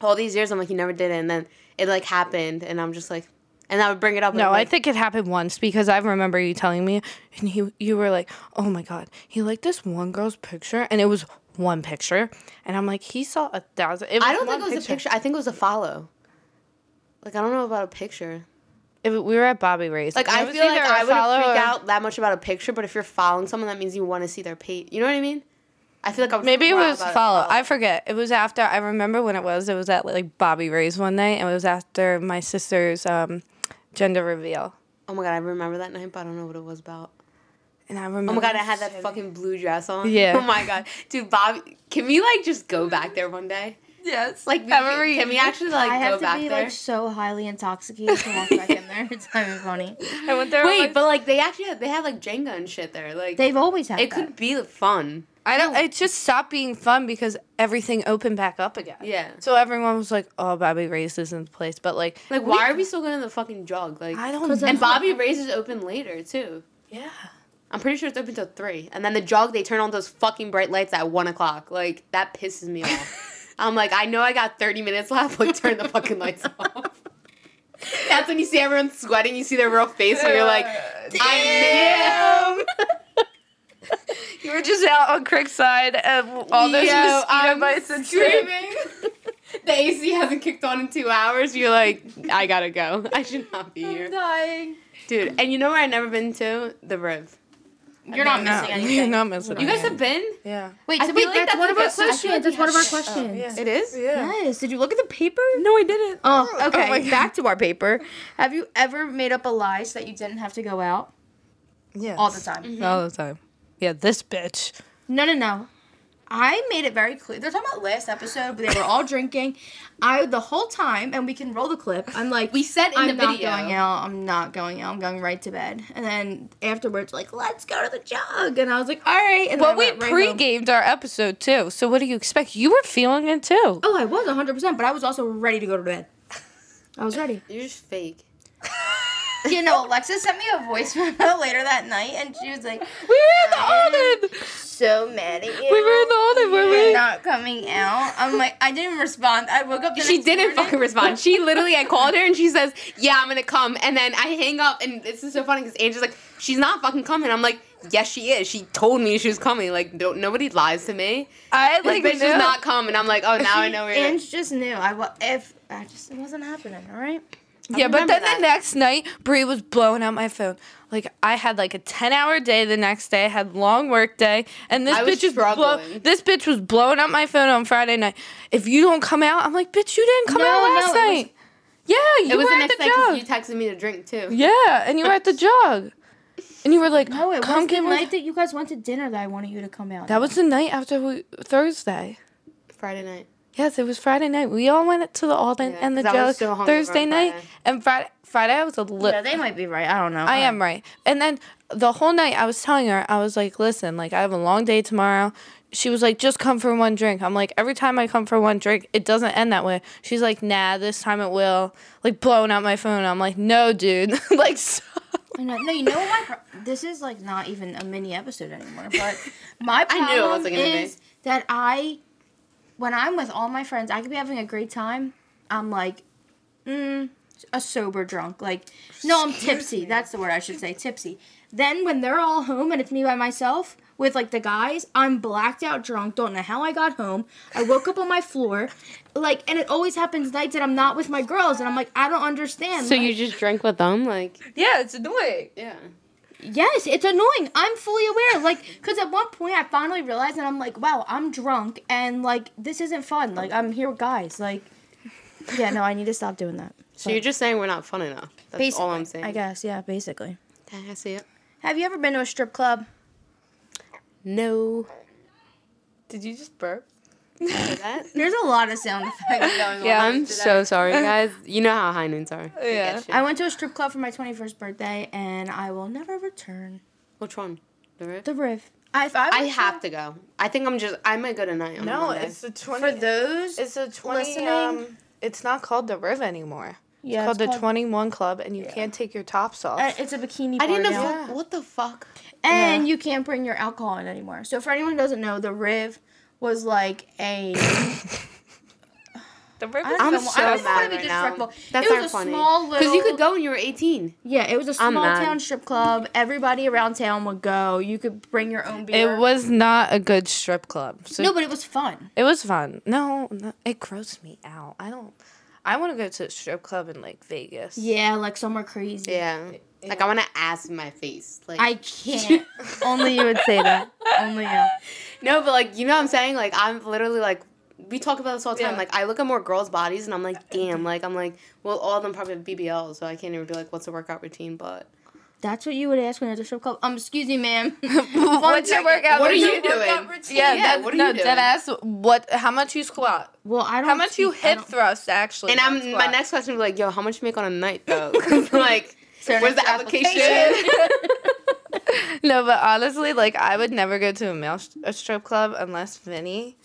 Speaker 1: all these years, I'm like, you never did it, and then it like happened, and I'm just like, and I would bring it up. and
Speaker 2: No,
Speaker 1: I'm
Speaker 2: I
Speaker 1: like,
Speaker 2: think it happened once because I remember you telling me, and he, you were like, "Oh my god, he liked this one girl's picture, and it was one picture," and I'm like, "He saw a thousand. It was
Speaker 1: I don't think it
Speaker 2: one
Speaker 1: was a picture. I think it was a follow. Like I don't know about a picture.
Speaker 2: If we were at Bobby Ray's.
Speaker 1: Like
Speaker 2: and it
Speaker 1: I
Speaker 2: was
Speaker 1: feel like
Speaker 2: either a
Speaker 1: I wouldn't
Speaker 2: follow
Speaker 1: freak
Speaker 2: or-
Speaker 1: out that much about a picture, but if you're following someone, that means you want to see their page. You know what I mean? I feel like I would
Speaker 2: Maybe it
Speaker 1: freak more out
Speaker 2: was
Speaker 1: about
Speaker 2: follow. I forget. It was after. I remember when it was. It was at like Bobby Ray's one night, and it was after my sister's um, gender reveal.
Speaker 1: Oh my god, I remember that night, but I don't know what it was about.
Speaker 2: And I remember.
Speaker 1: Oh my god, I had that fucking blue dress on.
Speaker 2: Yeah.
Speaker 1: Oh my god, dude, Bobby, can we like just go back there one day?
Speaker 2: Yes.
Speaker 1: Like,
Speaker 2: Like
Speaker 1: we,
Speaker 2: have a
Speaker 1: can, can we
Speaker 2: reunion.
Speaker 1: actually like
Speaker 3: I
Speaker 1: go
Speaker 3: have to
Speaker 1: back
Speaker 3: be
Speaker 1: there?
Speaker 3: like so highly intoxicated to walk back in there. It's kind of funny.
Speaker 2: I went there.
Speaker 1: Wait,
Speaker 2: like-
Speaker 1: but like they actually had, they had like Jenga and shit there. Like
Speaker 3: They've always had.
Speaker 1: it
Speaker 3: that.
Speaker 1: could be fun.
Speaker 2: I don't. It just stopped being fun because everything opened back up again.
Speaker 1: Yeah.
Speaker 2: So everyone was like, "Oh, Bobby Ray's is in place," but like,
Speaker 1: Like why are we still going to the fucking jog? Like
Speaker 2: I don't.
Speaker 3: 'Cause
Speaker 2: know.
Speaker 1: And Bobby Ray's is open later too.
Speaker 2: yeah.
Speaker 1: I'm pretty sure it's open till three. And then the jog, they turn on those fucking bright lights at one o'clock. Like that pisses me off. I'm like, I know I got 30 minutes left, but turn the fucking lights off. That's when you see everyone sweating. You see their real face, and you're like, I knew.
Speaker 2: You were just out on Creekside, and all those
Speaker 1: Yo,
Speaker 2: mosquito
Speaker 1: I'm
Speaker 2: bites and shit.
Speaker 1: Screaming. the AC hasn't kicked on in two hours. You're like, I gotta go. I should not be here,
Speaker 3: dying.
Speaker 1: dude. And you know where I've never been to? The Riv.
Speaker 3: You're not
Speaker 2: No,
Speaker 3: missing
Speaker 2: you're
Speaker 3: anything.
Speaker 2: not missing.
Speaker 1: You guys
Speaker 2: anything.
Speaker 1: have been?
Speaker 2: yeah.
Speaker 3: Wait,
Speaker 1: I
Speaker 3: so
Speaker 1: feel
Speaker 3: wait,
Speaker 1: like
Speaker 3: that's,
Speaker 1: that's
Speaker 3: one of
Speaker 1: like
Speaker 3: our
Speaker 1: a Oh, session
Speaker 3: questions.
Speaker 1: we
Speaker 3: That's one of our
Speaker 1: have.
Speaker 3: questions.
Speaker 1: It is.
Speaker 2: Yeah.
Speaker 3: Yes. Did you look at the paper?
Speaker 1: No, I didn't.
Speaker 3: Oh, okay.
Speaker 2: my God.
Speaker 3: Back to our paper. Have you ever made up a lie so that you didn't have to go out
Speaker 2: Yeah.
Speaker 3: all the time?
Speaker 2: All the time. Yeah, this bitch.
Speaker 3: No, no, no. I made it very clear. They're talking about last episode, but they were all drinking. I the whole time, and we can roll the clip. I'm like,
Speaker 1: We said in
Speaker 3: I'm
Speaker 1: the
Speaker 3: not
Speaker 1: video.
Speaker 3: going out. I'm not going out. I'm going right to bed. And then afterwards, like, let's go to the jug. And I was like, all right. And
Speaker 2: Well,
Speaker 3: then I
Speaker 2: we
Speaker 3: went right home.
Speaker 2: pre-gamed our episode too. So what do you expect? You were feeling it too.
Speaker 3: Oh, I was 100, percent but I was also ready to go to bed. I was ready.
Speaker 1: You're just fake.
Speaker 3: you know, Alexa sent me a voice memo later that night, and she was like,
Speaker 2: We were in the Alden.
Speaker 3: so mad at you.
Speaker 2: We were in the Alden, were
Speaker 3: You're
Speaker 2: we?
Speaker 3: not coming out. I'm like, I didn't respond. I woke up. The
Speaker 1: She
Speaker 3: next
Speaker 1: didn't
Speaker 3: morning.
Speaker 1: fucking respond. She literally, I called her and she says, "Yeah, I'm gonna come." And then I hang up, and this is so funny because Angela's like, "She's not fucking coming." I'm like, "Yes, she is. She told me she was coming. Like, don't, nobody lies to me.
Speaker 2: I
Speaker 1: This
Speaker 2: like
Speaker 1: bitch
Speaker 2: knew.
Speaker 1: is not coming." I'm like, "Oh, now I know where." you're
Speaker 3: Ange just knew. I wa- if I just it wasn't happening. All right.
Speaker 2: Yeah, but
Speaker 1: remember
Speaker 2: then
Speaker 1: that.
Speaker 2: the next night, Brie was blowing out my phone. Like I had like a ten-hour day the next day. I had long work day, and this
Speaker 1: I was
Speaker 2: bitch is blow-
Speaker 1: struggling.
Speaker 2: This bitch was blowing up my phone on Friday night. If you don't come out, I'm like, bitch, you didn't come
Speaker 3: No,
Speaker 2: out last
Speaker 3: no, it was-
Speaker 2: night. yeah, you
Speaker 1: It was
Speaker 2: were
Speaker 1: the
Speaker 2: at
Speaker 1: next
Speaker 2: the
Speaker 1: night 'cause
Speaker 2: jug.
Speaker 1: you texted me to drink too.
Speaker 2: yeah, and you were at the jug, and you were like,
Speaker 3: No, it
Speaker 2: come
Speaker 3: was the
Speaker 2: get
Speaker 3: night
Speaker 2: my.
Speaker 3: that you guys went to dinner that I wanted you to come out.
Speaker 2: That was the night after we- Thursday.
Speaker 1: Friday night.
Speaker 2: Yes, it was Friday night. We all went to the Alden
Speaker 1: Yeah,
Speaker 2: and the
Speaker 1: 'cause I
Speaker 2: Jellic
Speaker 1: was so hungover on
Speaker 2: Thursday night,
Speaker 1: Friday.
Speaker 2: and Friday Friday I was a little.
Speaker 3: Yeah, they might be right. I don't know.
Speaker 2: I am right. And then the whole night I was telling her, I was like, listen, like I have a long day tomorrow. She was like, just come for one drink. I'm like, every time I come for one drink, it doesn't end that way. She's like, nah, this time it will. Like blowing out my phone. I'm like, no, dude. like, so-
Speaker 3: I know. No, you know what? My pro- this is like not even a mini episode anymore. But my
Speaker 1: I
Speaker 3: problem
Speaker 1: knew it wasn't gonna be.
Speaker 3: is that I, when I'm with all my friends, I could be having a great time. I'm like, mm, a sober drunk. Like, no, I'm tipsy. That's the word I should say, tipsy. Then when they're all home and it's me by myself with like the guys, I'm blacked out drunk. Don't know how I got home. I woke up on my floor, like, and it always happens nights that I'm not with my girls, and I'm like, I don't understand.
Speaker 1: So
Speaker 3: like-
Speaker 1: you just drank with them, like
Speaker 2: yeah, it's annoying.
Speaker 1: yeah.
Speaker 3: Yes, it's annoying. I'm fully aware. Like, because at one point I finally realized, and I'm like, wow, I'm drunk, and like, this isn't fun. Like, I'm here with guys. Like, yeah, no, I need to stop doing that.
Speaker 1: So you're just saying we're not fun enough. That's all I'm saying.
Speaker 3: I guess, yeah, basically.
Speaker 1: Dang, I see it.
Speaker 3: Have you ever been to a strip club?
Speaker 1: No.
Speaker 2: Did you just burp?
Speaker 1: For that?
Speaker 3: There's a lot of sound effects going
Speaker 2: Yeah.
Speaker 1: I'm so sorry, guys. You know how high noons are. They
Speaker 2: Yeah.
Speaker 1: get you.
Speaker 3: I went to a strip club for my 21st birthday, and I will never return.
Speaker 1: Which one? The Rift?
Speaker 3: The riff. I, if I,
Speaker 1: I
Speaker 3: was
Speaker 1: have to go. I think I'm just. I might go tonight. On
Speaker 2: No,
Speaker 1: Monday.
Speaker 2: it's the 20.
Speaker 3: for those.
Speaker 2: it's the 20.
Speaker 3: listening-
Speaker 2: Um, it's not called the Riv anymore.
Speaker 3: yeah,
Speaker 2: called
Speaker 3: it's
Speaker 2: the 21 Club, and you can't take your tops off.
Speaker 3: Uh, it's a bikini.
Speaker 1: I didn't
Speaker 3: bar
Speaker 1: know.
Speaker 3: now.
Speaker 1: fuck- What the fuck?
Speaker 3: And you can't bring your alcohol in anymore. So for anyone who doesn't know, the Riv was like a.
Speaker 2: the Riv
Speaker 1: I'm
Speaker 3: don't know,
Speaker 1: so mad
Speaker 3: I don't wanna be
Speaker 1: right now.
Speaker 3: disrespectful.
Speaker 1: That's
Speaker 3: it
Speaker 1: not
Speaker 3: was a
Speaker 1: funny.
Speaker 3: small
Speaker 1: Because you
Speaker 3: little-
Speaker 1: could go when you were 18.
Speaker 3: Yeah, it was a small
Speaker 1: I'm mad.
Speaker 3: town strip club. Everybody around town would go. You could bring your own beer.
Speaker 2: It was not a good strip club. So
Speaker 3: no, but it was fun.
Speaker 2: it was fun. No, no, it grossed me out. I don't. I want to go to a strip club in like Vegas.
Speaker 3: Yeah, like somewhere crazy.
Speaker 1: Yeah. Like I want to ass in my face. Like
Speaker 3: I can't. Only you would say that. Only you.
Speaker 1: no, but like you know what I'm saying. Like I'm literally like. We talk about this all the time.
Speaker 2: Yeah.
Speaker 1: Like I look at more girls' bodies and I'm like, damn. Like I'm like, well, all of them probably have BBL, so I can't even be like, what's a workout routine? But
Speaker 3: That's what you would ask when you're at a strip club. Um, excuse me, ma'am.
Speaker 2: What's your workout?
Speaker 1: What are
Speaker 2: routine?
Speaker 1: you doing?
Speaker 2: Yeah,
Speaker 1: Yeah,
Speaker 2: that,
Speaker 1: what are
Speaker 2: no,
Speaker 1: you doing?
Speaker 2: dead ass. What? How much you squat?
Speaker 3: well, I don't.
Speaker 2: How much you
Speaker 3: speak- I
Speaker 2: hip
Speaker 3: don't-
Speaker 2: thrust actually?
Speaker 1: And
Speaker 2: not
Speaker 1: I'm my
Speaker 2: squat.
Speaker 1: next question would be like, yo, how much you make on a night though? 'Cause, like,
Speaker 3: Sir,
Speaker 1: where's
Speaker 3: next
Speaker 1: the application?
Speaker 2: no, but honestly, like I would never go to a male sh- a strip club unless Vinny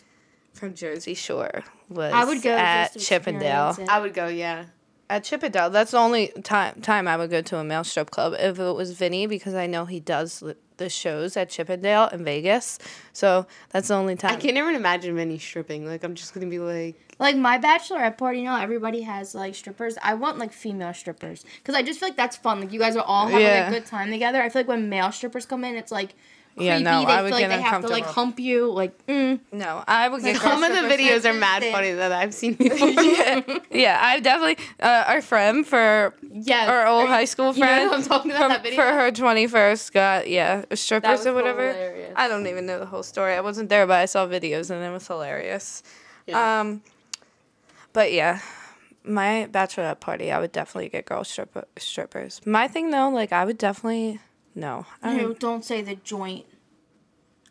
Speaker 2: from Jersey Shore was
Speaker 3: I would go
Speaker 2: at
Speaker 3: just to
Speaker 2: Chippendale.
Speaker 3: experience it.
Speaker 1: I would go, yeah.
Speaker 2: At Chippendale, that's the only time time I would go to a male strip club if it was Vinny because I know he does li- the shows at Chippendale in Vegas. So that's the only time.
Speaker 1: I can't even imagine Vinny stripping. Like, I'm just gonna be like,
Speaker 3: Like my bachelorette party, you know, everybody has like strippers. I want like female strippers because I just feel like that's fun. Like you guys are all having
Speaker 2: Yeah.
Speaker 3: a good time together. I feel like when male strippers come in, it's like creepy.
Speaker 2: Yeah, no,
Speaker 3: they
Speaker 2: I
Speaker 3: feel
Speaker 2: would
Speaker 3: like
Speaker 2: get
Speaker 3: they have to like
Speaker 2: uncomfortable.
Speaker 3: hump you. Like mm.
Speaker 2: no, I would get.
Speaker 1: some of
Speaker 2: gross-
Speaker 1: the videos are mad
Speaker 3: thing.
Speaker 1: funny that I've seen before. yeah.
Speaker 2: yeah, I definitely uh, our friend for
Speaker 1: Yes.
Speaker 2: our old high school
Speaker 1: you know
Speaker 2: friend.
Speaker 1: who I'm talking about
Speaker 2: from-
Speaker 1: that video?
Speaker 2: for her twenty first got yeah
Speaker 1: That
Speaker 2: strippers
Speaker 1: was
Speaker 2: or whatever.
Speaker 1: hilarious.
Speaker 2: I don't even know the whole story. I wasn't there, but I saw videos and it was hilarious.
Speaker 1: Yeah.
Speaker 2: Um, but yeah, my bachelorette party, I would definitely get girl stripper strippers. My thing though, like I would definitely no.
Speaker 1: Mm-hmm.
Speaker 2: I
Speaker 3: No,
Speaker 2: don't,
Speaker 3: don't say the joint.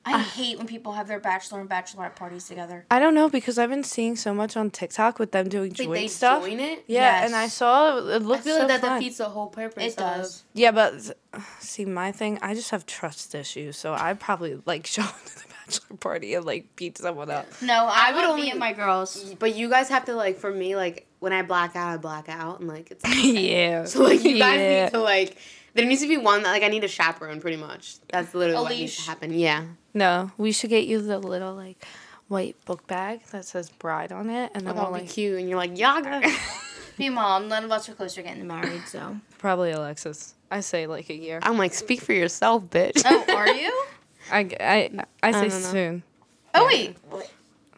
Speaker 3: I hate when people have their bachelor and bachelorette parties together.
Speaker 2: I don't know because I've been seeing so much on TikTok with them doing
Speaker 1: Like,
Speaker 2: joint
Speaker 1: they
Speaker 2: stuff.
Speaker 1: join it?
Speaker 2: yeah,
Speaker 3: Yes.
Speaker 2: and I saw it, it
Speaker 1: I
Speaker 2: looked
Speaker 1: feel
Speaker 2: so
Speaker 1: like that
Speaker 2: fun.
Speaker 1: defeats the whole purpose.
Speaker 3: It does.
Speaker 2: Yeah, but uh, see, my thing, I just have trust issues, so I probably like show up to the bachelor party and like beat someone up.
Speaker 3: No, I,
Speaker 1: would
Speaker 3: would
Speaker 1: only-
Speaker 3: only my girls.
Speaker 1: Of, but you guys have to like, for me, like when I black out, I black out, and like it's
Speaker 2: yeah.
Speaker 1: so like you guys
Speaker 2: Yeah.
Speaker 1: need to like. There needs to be one that like I need a chaperone, pretty much. That's literally
Speaker 2: Oh,
Speaker 3: A
Speaker 1: what needs to
Speaker 3: leash.
Speaker 1: happen. Yeah.
Speaker 2: No, we should get you the little like white book bag that says bride on it, and then
Speaker 1: That'll be
Speaker 2: we'll Oh, like
Speaker 1: cute, and you're like, yaga.
Speaker 3: Meanwhile, none of us are close to getting married, so.
Speaker 2: probably Alexis. I say like a year.
Speaker 1: I'm like, speak for yourself, bitch.
Speaker 3: Oh, are you?
Speaker 2: I I Mm, I say
Speaker 1: don't know.
Speaker 2: soon.
Speaker 3: Oh wait,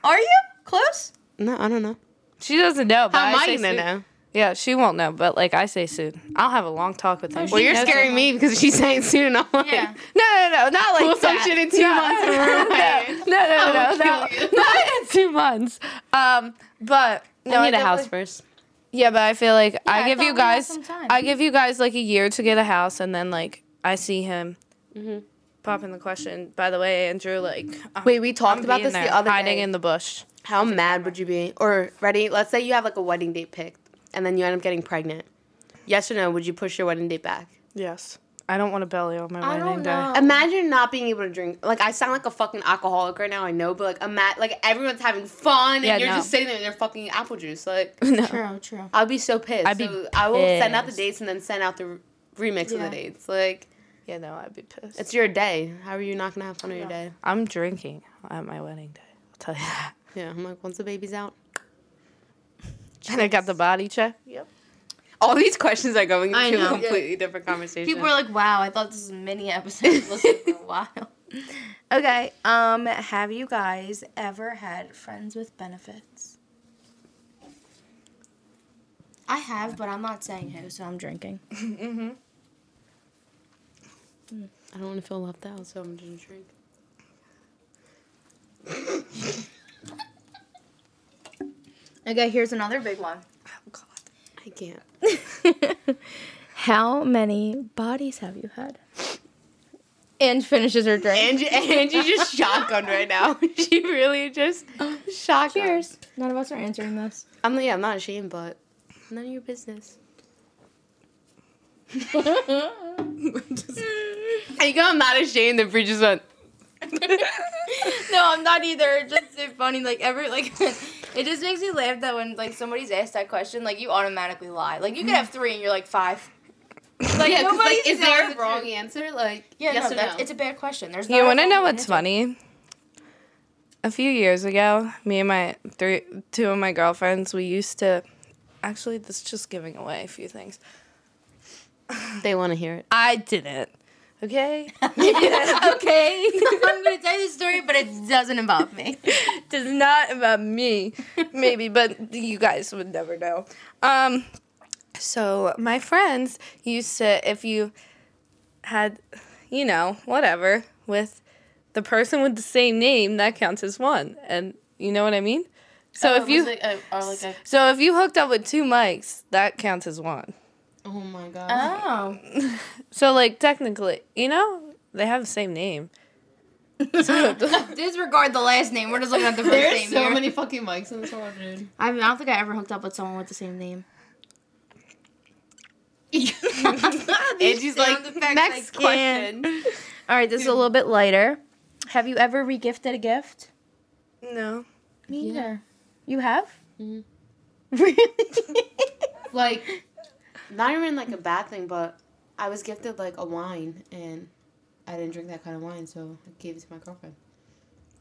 Speaker 3: are you close?
Speaker 1: no, I don't know.
Speaker 2: She doesn't know. But
Speaker 1: How am I
Speaker 2: say
Speaker 1: gonna
Speaker 2: soon.
Speaker 1: know?
Speaker 2: Yeah, she won't know, but like I say soon. I'll have a long talk with her.
Speaker 1: Well,
Speaker 2: She
Speaker 1: you're
Speaker 2: knows
Speaker 1: scaring me because she's saying soon. and I'm like,
Speaker 3: Yeah.
Speaker 2: No, no, no, not like
Speaker 1: pull some
Speaker 2: that.
Speaker 1: shit in two
Speaker 2: No.
Speaker 1: months and we're away.
Speaker 2: No, no, no,
Speaker 1: will
Speaker 2: no,
Speaker 1: kill you.
Speaker 2: not in two months. Um, but no,
Speaker 1: I need a
Speaker 2: definitely-
Speaker 1: house first.
Speaker 2: Yeah, but I feel like
Speaker 3: I
Speaker 2: I give
Speaker 3: thought
Speaker 2: you
Speaker 3: we had
Speaker 2: guys,
Speaker 3: some time.
Speaker 2: I give you guys like a year to get a house, and then like I see him. Popping the question. By the way, Andrew, like I'm-
Speaker 1: Wait, Mm-hmm. we talked
Speaker 2: I'm
Speaker 1: about
Speaker 2: being
Speaker 1: this
Speaker 2: there,
Speaker 1: the other
Speaker 2: hiding
Speaker 1: day.
Speaker 2: in the bush.
Speaker 1: How mad would you be? Or ready? Let's say you have like a wedding date picked, and then you end up getting pregnant. Yes or no? Would you push your wedding date back?
Speaker 2: Yes. I don't want a belly on my
Speaker 3: I
Speaker 2: wedding
Speaker 3: don't
Speaker 2: day.
Speaker 1: Oh.
Speaker 3: know.
Speaker 1: Imagine not being able to drink. Like I sound like a fucking alcoholic right now. I know, but like a ima- like everyone's having fun, and
Speaker 2: Yeah,
Speaker 1: you're
Speaker 2: no.
Speaker 1: just sitting there in your fucking apple juice. Like
Speaker 3: True, true.
Speaker 1: I'd be so pissed.
Speaker 2: I'd be
Speaker 1: so I will send out the
Speaker 2: pissed.
Speaker 1: dates and then send out the r- remix of
Speaker 3: Yeah.
Speaker 1: the dates. Like
Speaker 2: Yeah, no, I'd be pissed.
Speaker 1: it's your day. How are you not gonna have fun on your day?
Speaker 2: I'm drinking at my wedding day. I'll tell you that.
Speaker 1: Yeah, I'm like once the baby's out.
Speaker 2: And I got the body check. Yep.
Speaker 1: All these questions are going
Speaker 3: I
Speaker 1: into a
Speaker 3: know.
Speaker 1: completely different conversation.
Speaker 3: People are like, wow, I thought this was a mini episode. Listen for a while. Okay. Um, have you guys ever had friends with benefits? I have, but I'm not saying who, so I'm drinking.
Speaker 1: I don't want to feel left out, so I'm just gonna drink.
Speaker 3: Okay, here's another big one.
Speaker 2: Oh, God.
Speaker 1: I can't.
Speaker 3: How many bodies have you had? And finishes her drink.
Speaker 1: Angie, Angie just shotgun right now. she really just shotgun.
Speaker 3: Cheers. None of us are answering this.
Speaker 1: I'm not- yeah, I'm not ashamed, but none of your business. I go, I'm not ashamed. The preacher's went.
Speaker 3: no, I'm not either. It's just so funny. Like every like, it just makes me laugh that when like somebody's asked that question, like you automatically lie. Like you could have three and you're like five. Like
Speaker 1: yeah, 'cause,
Speaker 3: nobody's
Speaker 1: like, is
Speaker 3: saying
Speaker 1: there
Speaker 3: the
Speaker 1: a wrong
Speaker 3: truth.
Speaker 1: answer? Like,
Speaker 3: Yeah,
Speaker 1: yes
Speaker 3: no,
Speaker 1: or
Speaker 3: that's,
Speaker 1: no?
Speaker 3: it's a bad question. There's
Speaker 2: You
Speaker 3: not a
Speaker 2: want to know
Speaker 3: wrong
Speaker 2: what's
Speaker 3: Oh, answer.
Speaker 2: funny? A few years ago, me and my three, two of my girlfriends, we used to. Actually, this is just giving away a few things.
Speaker 1: they want to hear it.
Speaker 2: I didn't. Okay.
Speaker 3: okay, I'm gonna tell you the story, but it doesn't involve me.
Speaker 2: Does not about me, maybe, but you guys would never know. Um, so my friends used to, if you had, you know, whatever with the person with the same name, that counts as one, and you know what I mean.
Speaker 3: Oh,
Speaker 2: So if you, so if you hooked up with two mics, that counts as one.
Speaker 1: oh my god.
Speaker 3: oh,
Speaker 2: So like technically, you know, they have the same name.
Speaker 3: disregard the last name. We're just looking at the first name here.
Speaker 1: fucking mics in this world, dude.
Speaker 3: I, mean, I don't think I ever hooked up with someone with the same name.
Speaker 1: Angie's like, next question.
Speaker 3: All right, this is a little bit lighter. Have you ever regifted a gift?
Speaker 2: No.
Speaker 3: Me
Speaker 1: Yeah.
Speaker 3: either. You have?
Speaker 1: Mhm.
Speaker 3: Really?
Speaker 1: like not even like a bad thing, but I was gifted like a wine and I didn't drink that kind of wine, so I gave it to my girlfriend.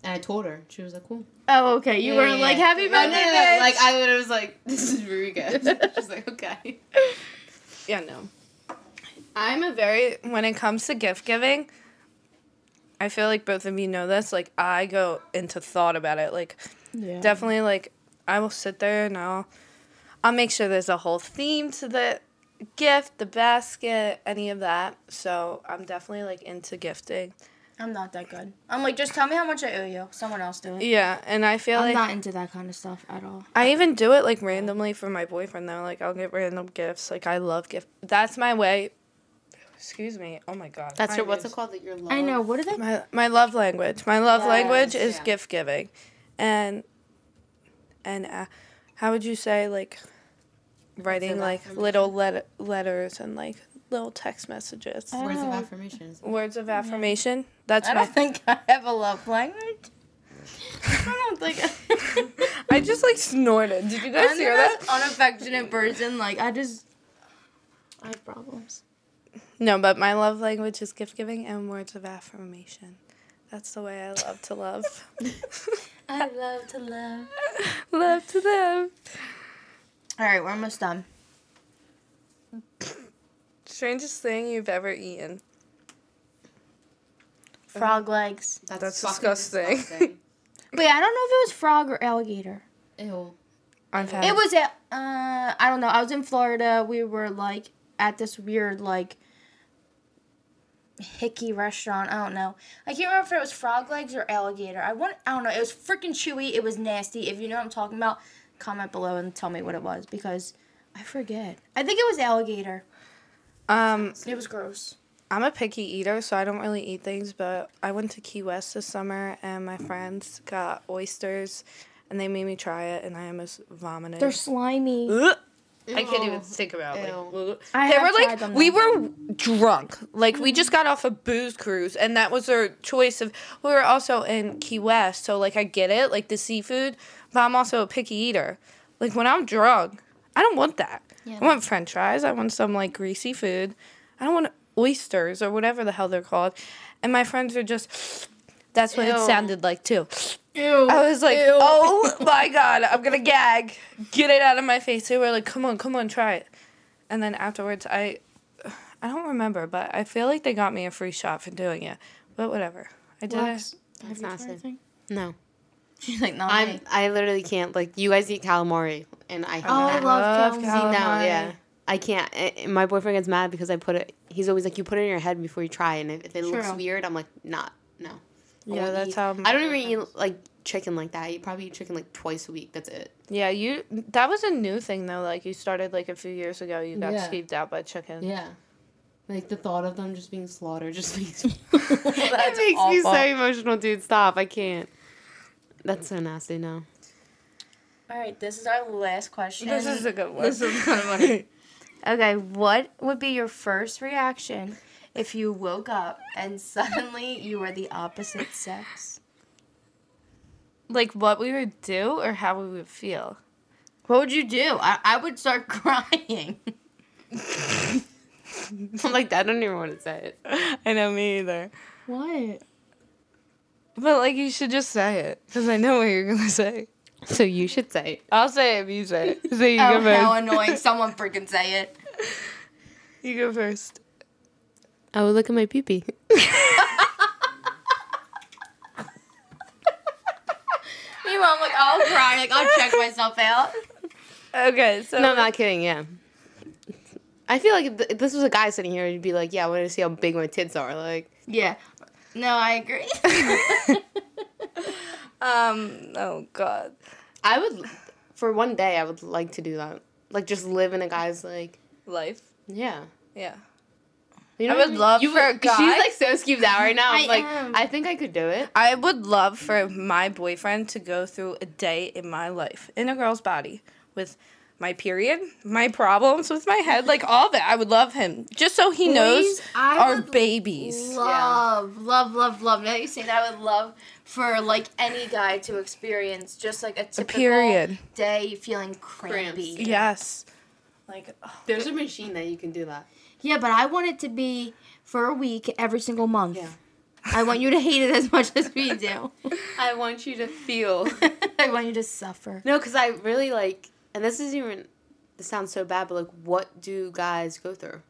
Speaker 1: And I told her. She was like, "Cool."
Speaker 3: oh, okay. You
Speaker 1: Yeah,
Speaker 3: were
Speaker 1: yeah,
Speaker 3: like,
Speaker 1: yeah.
Speaker 3: happy
Speaker 1: No, no,
Speaker 3: birthday,
Speaker 1: no,
Speaker 3: bitch.
Speaker 1: Like I literally was like, "This is Ruga." She's like, "Okay."
Speaker 2: Yeah, no. I'm a very when it comes to gift giving, I feel like both of you know this. Like I go into thought about it. Like
Speaker 3: yeah.
Speaker 2: definitely like I will sit there and I'll I'll make sure there's a whole theme to the gift, the basket, any of that. So I'm definitely like into gifting.
Speaker 3: I'm not that good. I'm like, just tell me how much I owe you. Someone else do it.
Speaker 2: Yeah, and I feel
Speaker 3: I'm
Speaker 2: like
Speaker 3: not into that kind of stuff at all.
Speaker 2: I even do it like randomly for my boyfriend though. Like I'll get random gifts. Like I love gift. That's my way. Excuse me. Oh my god.
Speaker 1: That's your
Speaker 2: I
Speaker 1: what's
Speaker 2: lose-
Speaker 1: it called that you're love?
Speaker 3: I know. What are they?
Speaker 2: My my love language. My love
Speaker 3: Yes,
Speaker 2: language is
Speaker 1: yeah.
Speaker 2: gift giving, and and uh, how would you say like writing
Speaker 1: love
Speaker 2: like
Speaker 1: language?
Speaker 2: little let- letters and like little text messages,
Speaker 3: I
Speaker 1: Words of
Speaker 3: don't-
Speaker 1: affirmations.
Speaker 2: words of affirmation. That's
Speaker 3: I
Speaker 2: my.
Speaker 3: don't think I have a love language. I don't think.
Speaker 2: I just like snorted. Did you guys
Speaker 3: I'm
Speaker 2: hear
Speaker 3: an
Speaker 2: that?
Speaker 3: unaffectionate person. Like I just, I have problems.
Speaker 2: No, but my love language is gift giving and words of affirmation. That's the way I love to love.
Speaker 3: I love to love.
Speaker 2: love to love.
Speaker 3: All right, we're almost done.
Speaker 2: Strangest thing you've ever eaten.
Speaker 3: Frog legs.
Speaker 2: That's
Speaker 1: fucking
Speaker 2: disgusting.
Speaker 1: disgusting.
Speaker 3: Wait, I don't know if it was frog or alligator.
Speaker 1: Ew.
Speaker 2: I've had.
Speaker 3: It was a, uh, I don't know. I was in Florida. We were like at this weird like hickey restaurant. I don't know. I can't remember if it was frog legs or alligator. I want. I don't know. It was freaking chewy. It was nasty. If you know what I'm talking about, comment below and tell me what it was because I forget. I think it was alligator.
Speaker 2: um,
Speaker 3: It was gross.
Speaker 2: I'm a picky eater, so I don't really eat things, but I went to Key West this summer and my friends got oysters and they made me try it, and I almost vomited.
Speaker 3: They're slimy.
Speaker 2: Ugh. I can't even think about like.
Speaker 1: Ew.
Speaker 3: I
Speaker 2: they
Speaker 3: have
Speaker 2: were
Speaker 3: tried them,
Speaker 2: like we
Speaker 3: though. Mm-hmm.
Speaker 2: were drunk. Like we just got off a booze cruise and that was our choice of we were also in Key West, so like I get it, like the seafood, but I'm also a picky eater. Like when I'm drunk, I don't want that. I want french fries, I want some like greasy food. I don't want oysters or whatever the hell they're called. And my friends are just that's what it
Speaker 1: Ew.
Speaker 2: sounded like too.
Speaker 3: Ew.
Speaker 2: I was like, oh my god, I'm gonna gag. Get it out of my face. They were like, come on, come on, try it. And then afterwards, I, I don't remember, but I feel like they got me a free shot for doing it. But whatever, I did it.
Speaker 1: That's not it. No.
Speaker 3: She's like, not
Speaker 1: I'm. I literally can't. Like you guys eat calamari, and I. hate
Speaker 3: Oh, I
Speaker 1: that.
Speaker 3: love
Speaker 2: Love
Speaker 3: calamari.
Speaker 1: See, now,
Speaker 2: calamari.
Speaker 1: yeah. I can't. a- and my boyfriend gets mad because I put it. He's always like, "You put it in your head before you try," and if, if it looks
Speaker 3: True.
Speaker 1: weird, I'm like, "Not, nah, no." I
Speaker 2: Yeah,
Speaker 1: won't
Speaker 2: that's
Speaker 1: eat-
Speaker 2: how my
Speaker 1: I don't even eat
Speaker 2: boyfriend's.
Speaker 1: like chicken like that. I probably eat chicken like twice a week. That's it.
Speaker 2: Yeah, you. That was a new thing though. Like you started like a few years ago. You got
Speaker 1: Yeah.
Speaker 2: skeeved out by chicken.
Speaker 1: Yeah. Like the thought of them just being slaughtered just makes me. it
Speaker 3: That's
Speaker 1: makes me so
Speaker 3: awful.
Speaker 1: emotional, dude. Stop! I can't. That's so nasty. No.
Speaker 3: All right, this is our last question.
Speaker 2: This is a good one.
Speaker 3: This is kind of funny. okay, what would be your first reaction if you woke up and suddenly you were the opposite sex?
Speaker 2: like what we would do or how we would feel.
Speaker 3: What would you do? I, I would start crying.
Speaker 1: I'm like, I don't even want to say it.
Speaker 2: I know me either.
Speaker 3: What?
Speaker 2: But like you should just say it because I know what you're gonna say.
Speaker 1: So you should say it.
Speaker 2: I'll say it if you say it. So you
Speaker 3: Oh,
Speaker 2: go first.
Speaker 3: how annoying. Someone freaking say it.
Speaker 2: You go first.
Speaker 1: I would Oh, look at my peepee.
Speaker 3: Meanwhile, I'm like, I'll cry. Like, I'll check myself out.
Speaker 2: Okay, so
Speaker 1: No, I'm not kidding. Yeah. I feel like if th- if this was a guy sitting here, he'd be like, "Yeah, I want to see how big my tits are." Like,
Speaker 3: Yeah. No, I agree.
Speaker 2: um oh god.
Speaker 1: I would, for one day, I would like to do that. Like, just live in a guy's like,
Speaker 2: Life.
Speaker 1: yeah.
Speaker 2: Yeah.
Speaker 1: You
Speaker 2: I would love for a guy-
Speaker 1: She's like so skeeved out right now. I'm
Speaker 3: I
Speaker 1: like,
Speaker 3: am.
Speaker 1: I think I could do it.
Speaker 2: I would love for my boyfriend to go through a day in my life in a girl's body with my period, my problems with my head, like all of it. I would love him just so he knows
Speaker 3: Please, I
Speaker 2: our
Speaker 3: would
Speaker 2: babies.
Speaker 3: Love, love, love, love. Now that you say that, I would love for like any guy to experience just like a typical
Speaker 2: period.
Speaker 3: day feeling crampy. Yeah.
Speaker 2: Yes. Like oh,
Speaker 1: There's a machine that you can do that.
Speaker 3: but I want it to be for a week every single month.
Speaker 1: Yeah.
Speaker 3: I want you to hate it as much as we do.
Speaker 1: I want you to feel.
Speaker 3: I want you to suffer.
Speaker 1: No, because I really like, and this isn't even. This sounds so bad, but like, what do guys go through?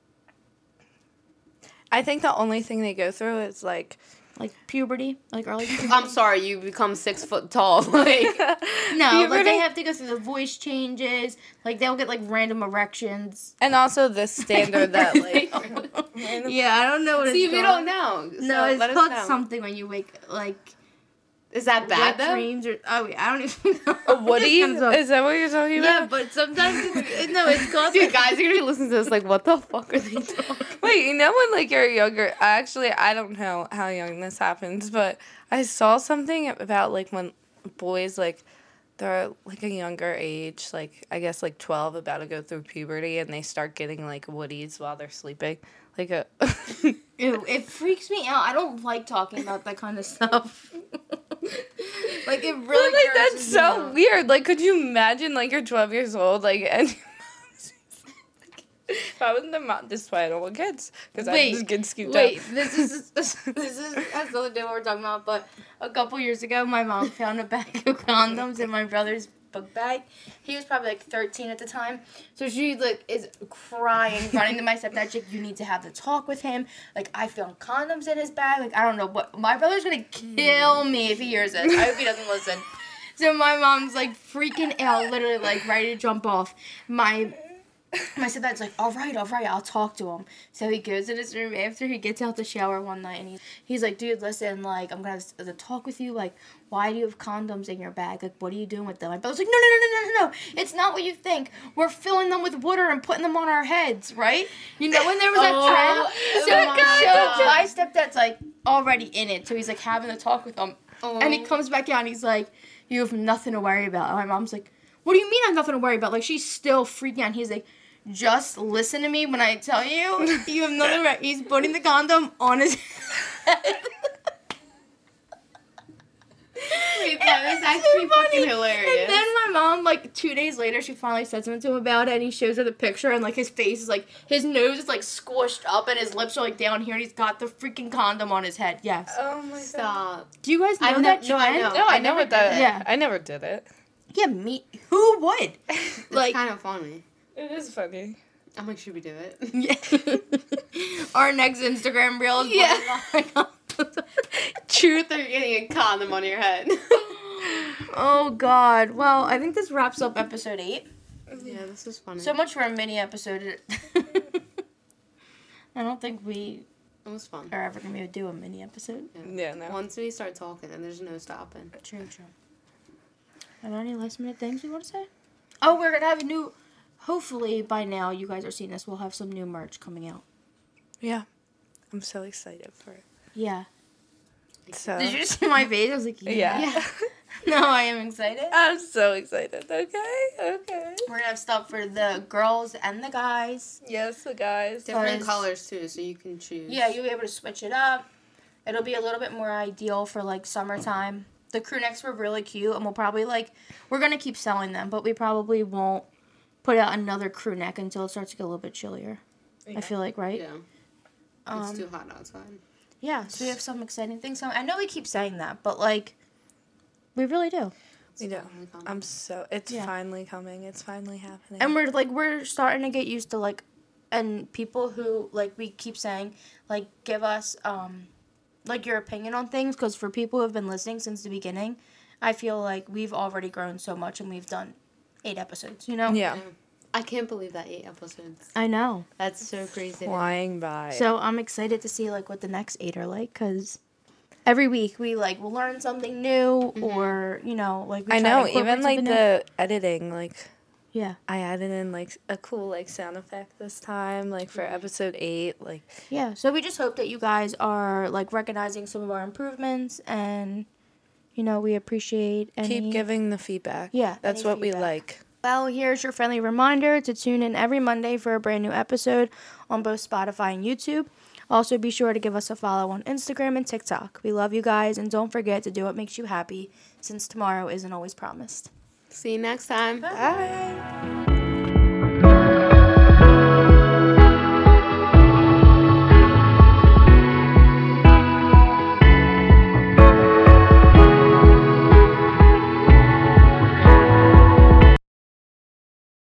Speaker 2: I think the only thing they go through is like
Speaker 3: Like puberty, like early puberty.
Speaker 1: I'm sorry, you become six foot tall. Like,
Speaker 3: no, like
Speaker 2: puberty.
Speaker 3: they have to go through the voice changes. Like they'll get like random erections.
Speaker 2: and also the standard that like
Speaker 3: yeah, I don't know what
Speaker 1: See,
Speaker 3: it's
Speaker 1: we don't
Speaker 3: called.
Speaker 1: know.
Speaker 3: No,
Speaker 1: so
Speaker 3: it's
Speaker 1: let us
Speaker 3: called
Speaker 1: know.
Speaker 3: something when you wake like
Speaker 1: Is that
Speaker 3: wet
Speaker 1: bad though?
Speaker 3: dreams or oh wait, I don't even know.
Speaker 2: a Woody.
Speaker 3: It just comes up.
Speaker 2: Is that what you're talking about?
Speaker 3: yeah, but sometimes it's, no, it's called
Speaker 1: Dude, guys are gonna be listening to this like, what the fuck are they talking?
Speaker 2: Wait, you know when like you're younger? Actually, I don't know how young this happens, but I saw something about like when boys like they're like a younger age, like I guess like twelve, about to go through puberty, and they start getting like woodies while they're sleeping, like a.
Speaker 3: Ew, it freaks me out. I don't like talking about that kind of stuff. like it
Speaker 2: But,
Speaker 3: really.
Speaker 2: like that's
Speaker 3: grosses me
Speaker 2: so
Speaker 3: out.
Speaker 2: weird. Like, could you imagine like you're twelve years old, like and. your mom's just like, If I wasn't the mom, this is why I don't want kids. Because I
Speaker 3: Wait,
Speaker 2: just get scooped
Speaker 3: Wait,
Speaker 2: up.
Speaker 3: this is this is has nothing to do with what we're talking about. But a couple years ago, my mom found a bag of condoms in my brother's book bag. He was probably like thirteen at the time, so she like is crying, running to my stepdad. She's like, "You need to have the talk with him. Like, I found condoms in his bag. Like, I don't know what my brother's gonna kill
Speaker 2: Hmm.
Speaker 3: me if he hears this. I hope he doesn't listen." So my mom's like freaking out, literally like ready to jump off. My my stepdad's like, all right, all right, I'll talk to him. So he goes in his room after he gets out the shower one night, and he's he's like, dude, listen, like I'm gonna have s- the talk with you. Like, why do you have condoms in your bag? Like, what are you doing with them? My brother's like, no, no, no, no, no, no, no. It's not what you think. We're filling them with water and putting them on our heads, right? You know, when there was
Speaker 1: Oh,
Speaker 3: that
Speaker 1: oh
Speaker 3: trend.
Speaker 1: my
Speaker 3: So, so
Speaker 1: God.
Speaker 3: my stepdad's like already in it, so he's like having the talk with him, and he
Speaker 1: Oh.
Speaker 3: comes back out and he's like, you have nothing to worry about. And my mom's like, what do you mean I have nothing to worry about? Like, she's still freaking out. He's like, just listen to me when I tell you. You have nothing to worry He's putting the condom on his head.
Speaker 1: Wait, that was
Speaker 3: It's
Speaker 1: actually
Speaker 3: too funny.
Speaker 1: fucking hilarious.
Speaker 3: And then my mom, like two days later, she finally said something to him about it, and he shows her the picture, and like his face is like his nose is like squished up, and his lips are like down here, and he's got the freaking condom on his head. Yes.
Speaker 2: Oh my
Speaker 1: Stop.
Speaker 3: Do you guys know
Speaker 1: I've
Speaker 3: that?
Speaker 1: nev- no, I
Speaker 3: trend?
Speaker 1: know.
Speaker 2: No, I,
Speaker 1: I
Speaker 2: know
Speaker 1: never
Speaker 2: what that.
Speaker 3: did that.
Speaker 2: Yeah, I never did it.
Speaker 3: Yeah, me. Who would?
Speaker 1: Like,
Speaker 3: Like-
Speaker 1: it's kind of funny.
Speaker 2: It is funny.
Speaker 1: I'm like, should we do it?
Speaker 3: Yeah. Our next Instagram reel. Is
Speaker 1: Yeah.
Speaker 3: yeah.
Speaker 1: Truth or getting a condom on your head?
Speaker 3: oh God. Well, I think this wraps up episode eight.
Speaker 1: yeah, this is funny.
Speaker 3: So much for a mini episode. I don't think we
Speaker 1: it was fun.
Speaker 3: are ever gonna be able to do a mini episode.
Speaker 2: Yeah, no.
Speaker 1: Once we start talking, and there's no stopping.
Speaker 3: True, true. Are there any last minute things you want to say? Oh, we're gonna have a new. Hopefully, by now you guys are seeing this. We'll have some new merch coming out.
Speaker 2: Yeah, I'm so excited for it.
Speaker 3: Yeah. Uh.
Speaker 2: So
Speaker 3: Did you see my face? I was like,
Speaker 2: yeah.
Speaker 1: Yeah.
Speaker 3: No, I am excited.
Speaker 2: I'm so excited. Okay, okay.
Speaker 3: We're gonna have stuff for the girls and the guys.
Speaker 2: Yes, the guys.
Speaker 1: Different
Speaker 3: Cause-
Speaker 1: colors too, so you can choose.
Speaker 3: Yeah, you'll be able to switch it up. It'll be a little bit more ideal for like summertime. The crew necks were really cute, and we'll probably like we're gonna keep selling them, but we probably won't put out another crew neck until it starts to get a little bit chillier. I feel like right.
Speaker 1: Yeah.
Speaker 3: Um,
Speaker 1: it's too hot outside.
Speaker 3: Yeah, so we have some exciting things coming. I know we keep saying that, but like, we really do.
Speaker 2: You know, I'm so. It's
Speaker 3: Yeah.
Speaker 2: finally coming. It's finally happening.
Speaker 3: And we're like, we're starting to get used to like, and people who like we keep saying like, give us um, like your opinion on things because for people who have been listening since the beginning, I feel like we've already grown so much and we've done eight episodes. You know.
Speaker 2: yeah,
Speaker 1: I can't believe that eight episodes.
Speaker 3: I know.
Speaker 1: That's so crazy.
Speaker 2: flying by.
Speaker 3: So I'm excited to see like what the next eight are like because. Every week we like will learn something new, or you know, like we
Speaker 2: I
Speaker 3: try to
Speaker 2: know,
Speaker 3: incorporate
Speaker 2: even like
Speaker 3: something new.
Speaker 2: the editing, like
Speaker 3: yeah,
Speaker 2: I added in like a cool like sound effect this time, like for episode eight, like
Speaker 3: Yeah, so we just hope that you guys are like recognizing some of our improvements and you know, we appreciate any
Speaker 2: keep giving the feedback.
Speaker 3: Yeah,
Speaker 2: that's
Speaker 3: any
Speaker 2: what we
Speaker 3: feedback.
Speaker 2: like.
Speaker 3: Well, here's your friendly reminder to tune in every Monday for a brand new episode on both Spotify and YouTube. Also be sure to give us a follow on Instagram and TikTok. We love you guys and don't forget to do what makes you happy since tomorrow isn't always promised.
Speaker 1: See you next time.
Speaker 3: Bye.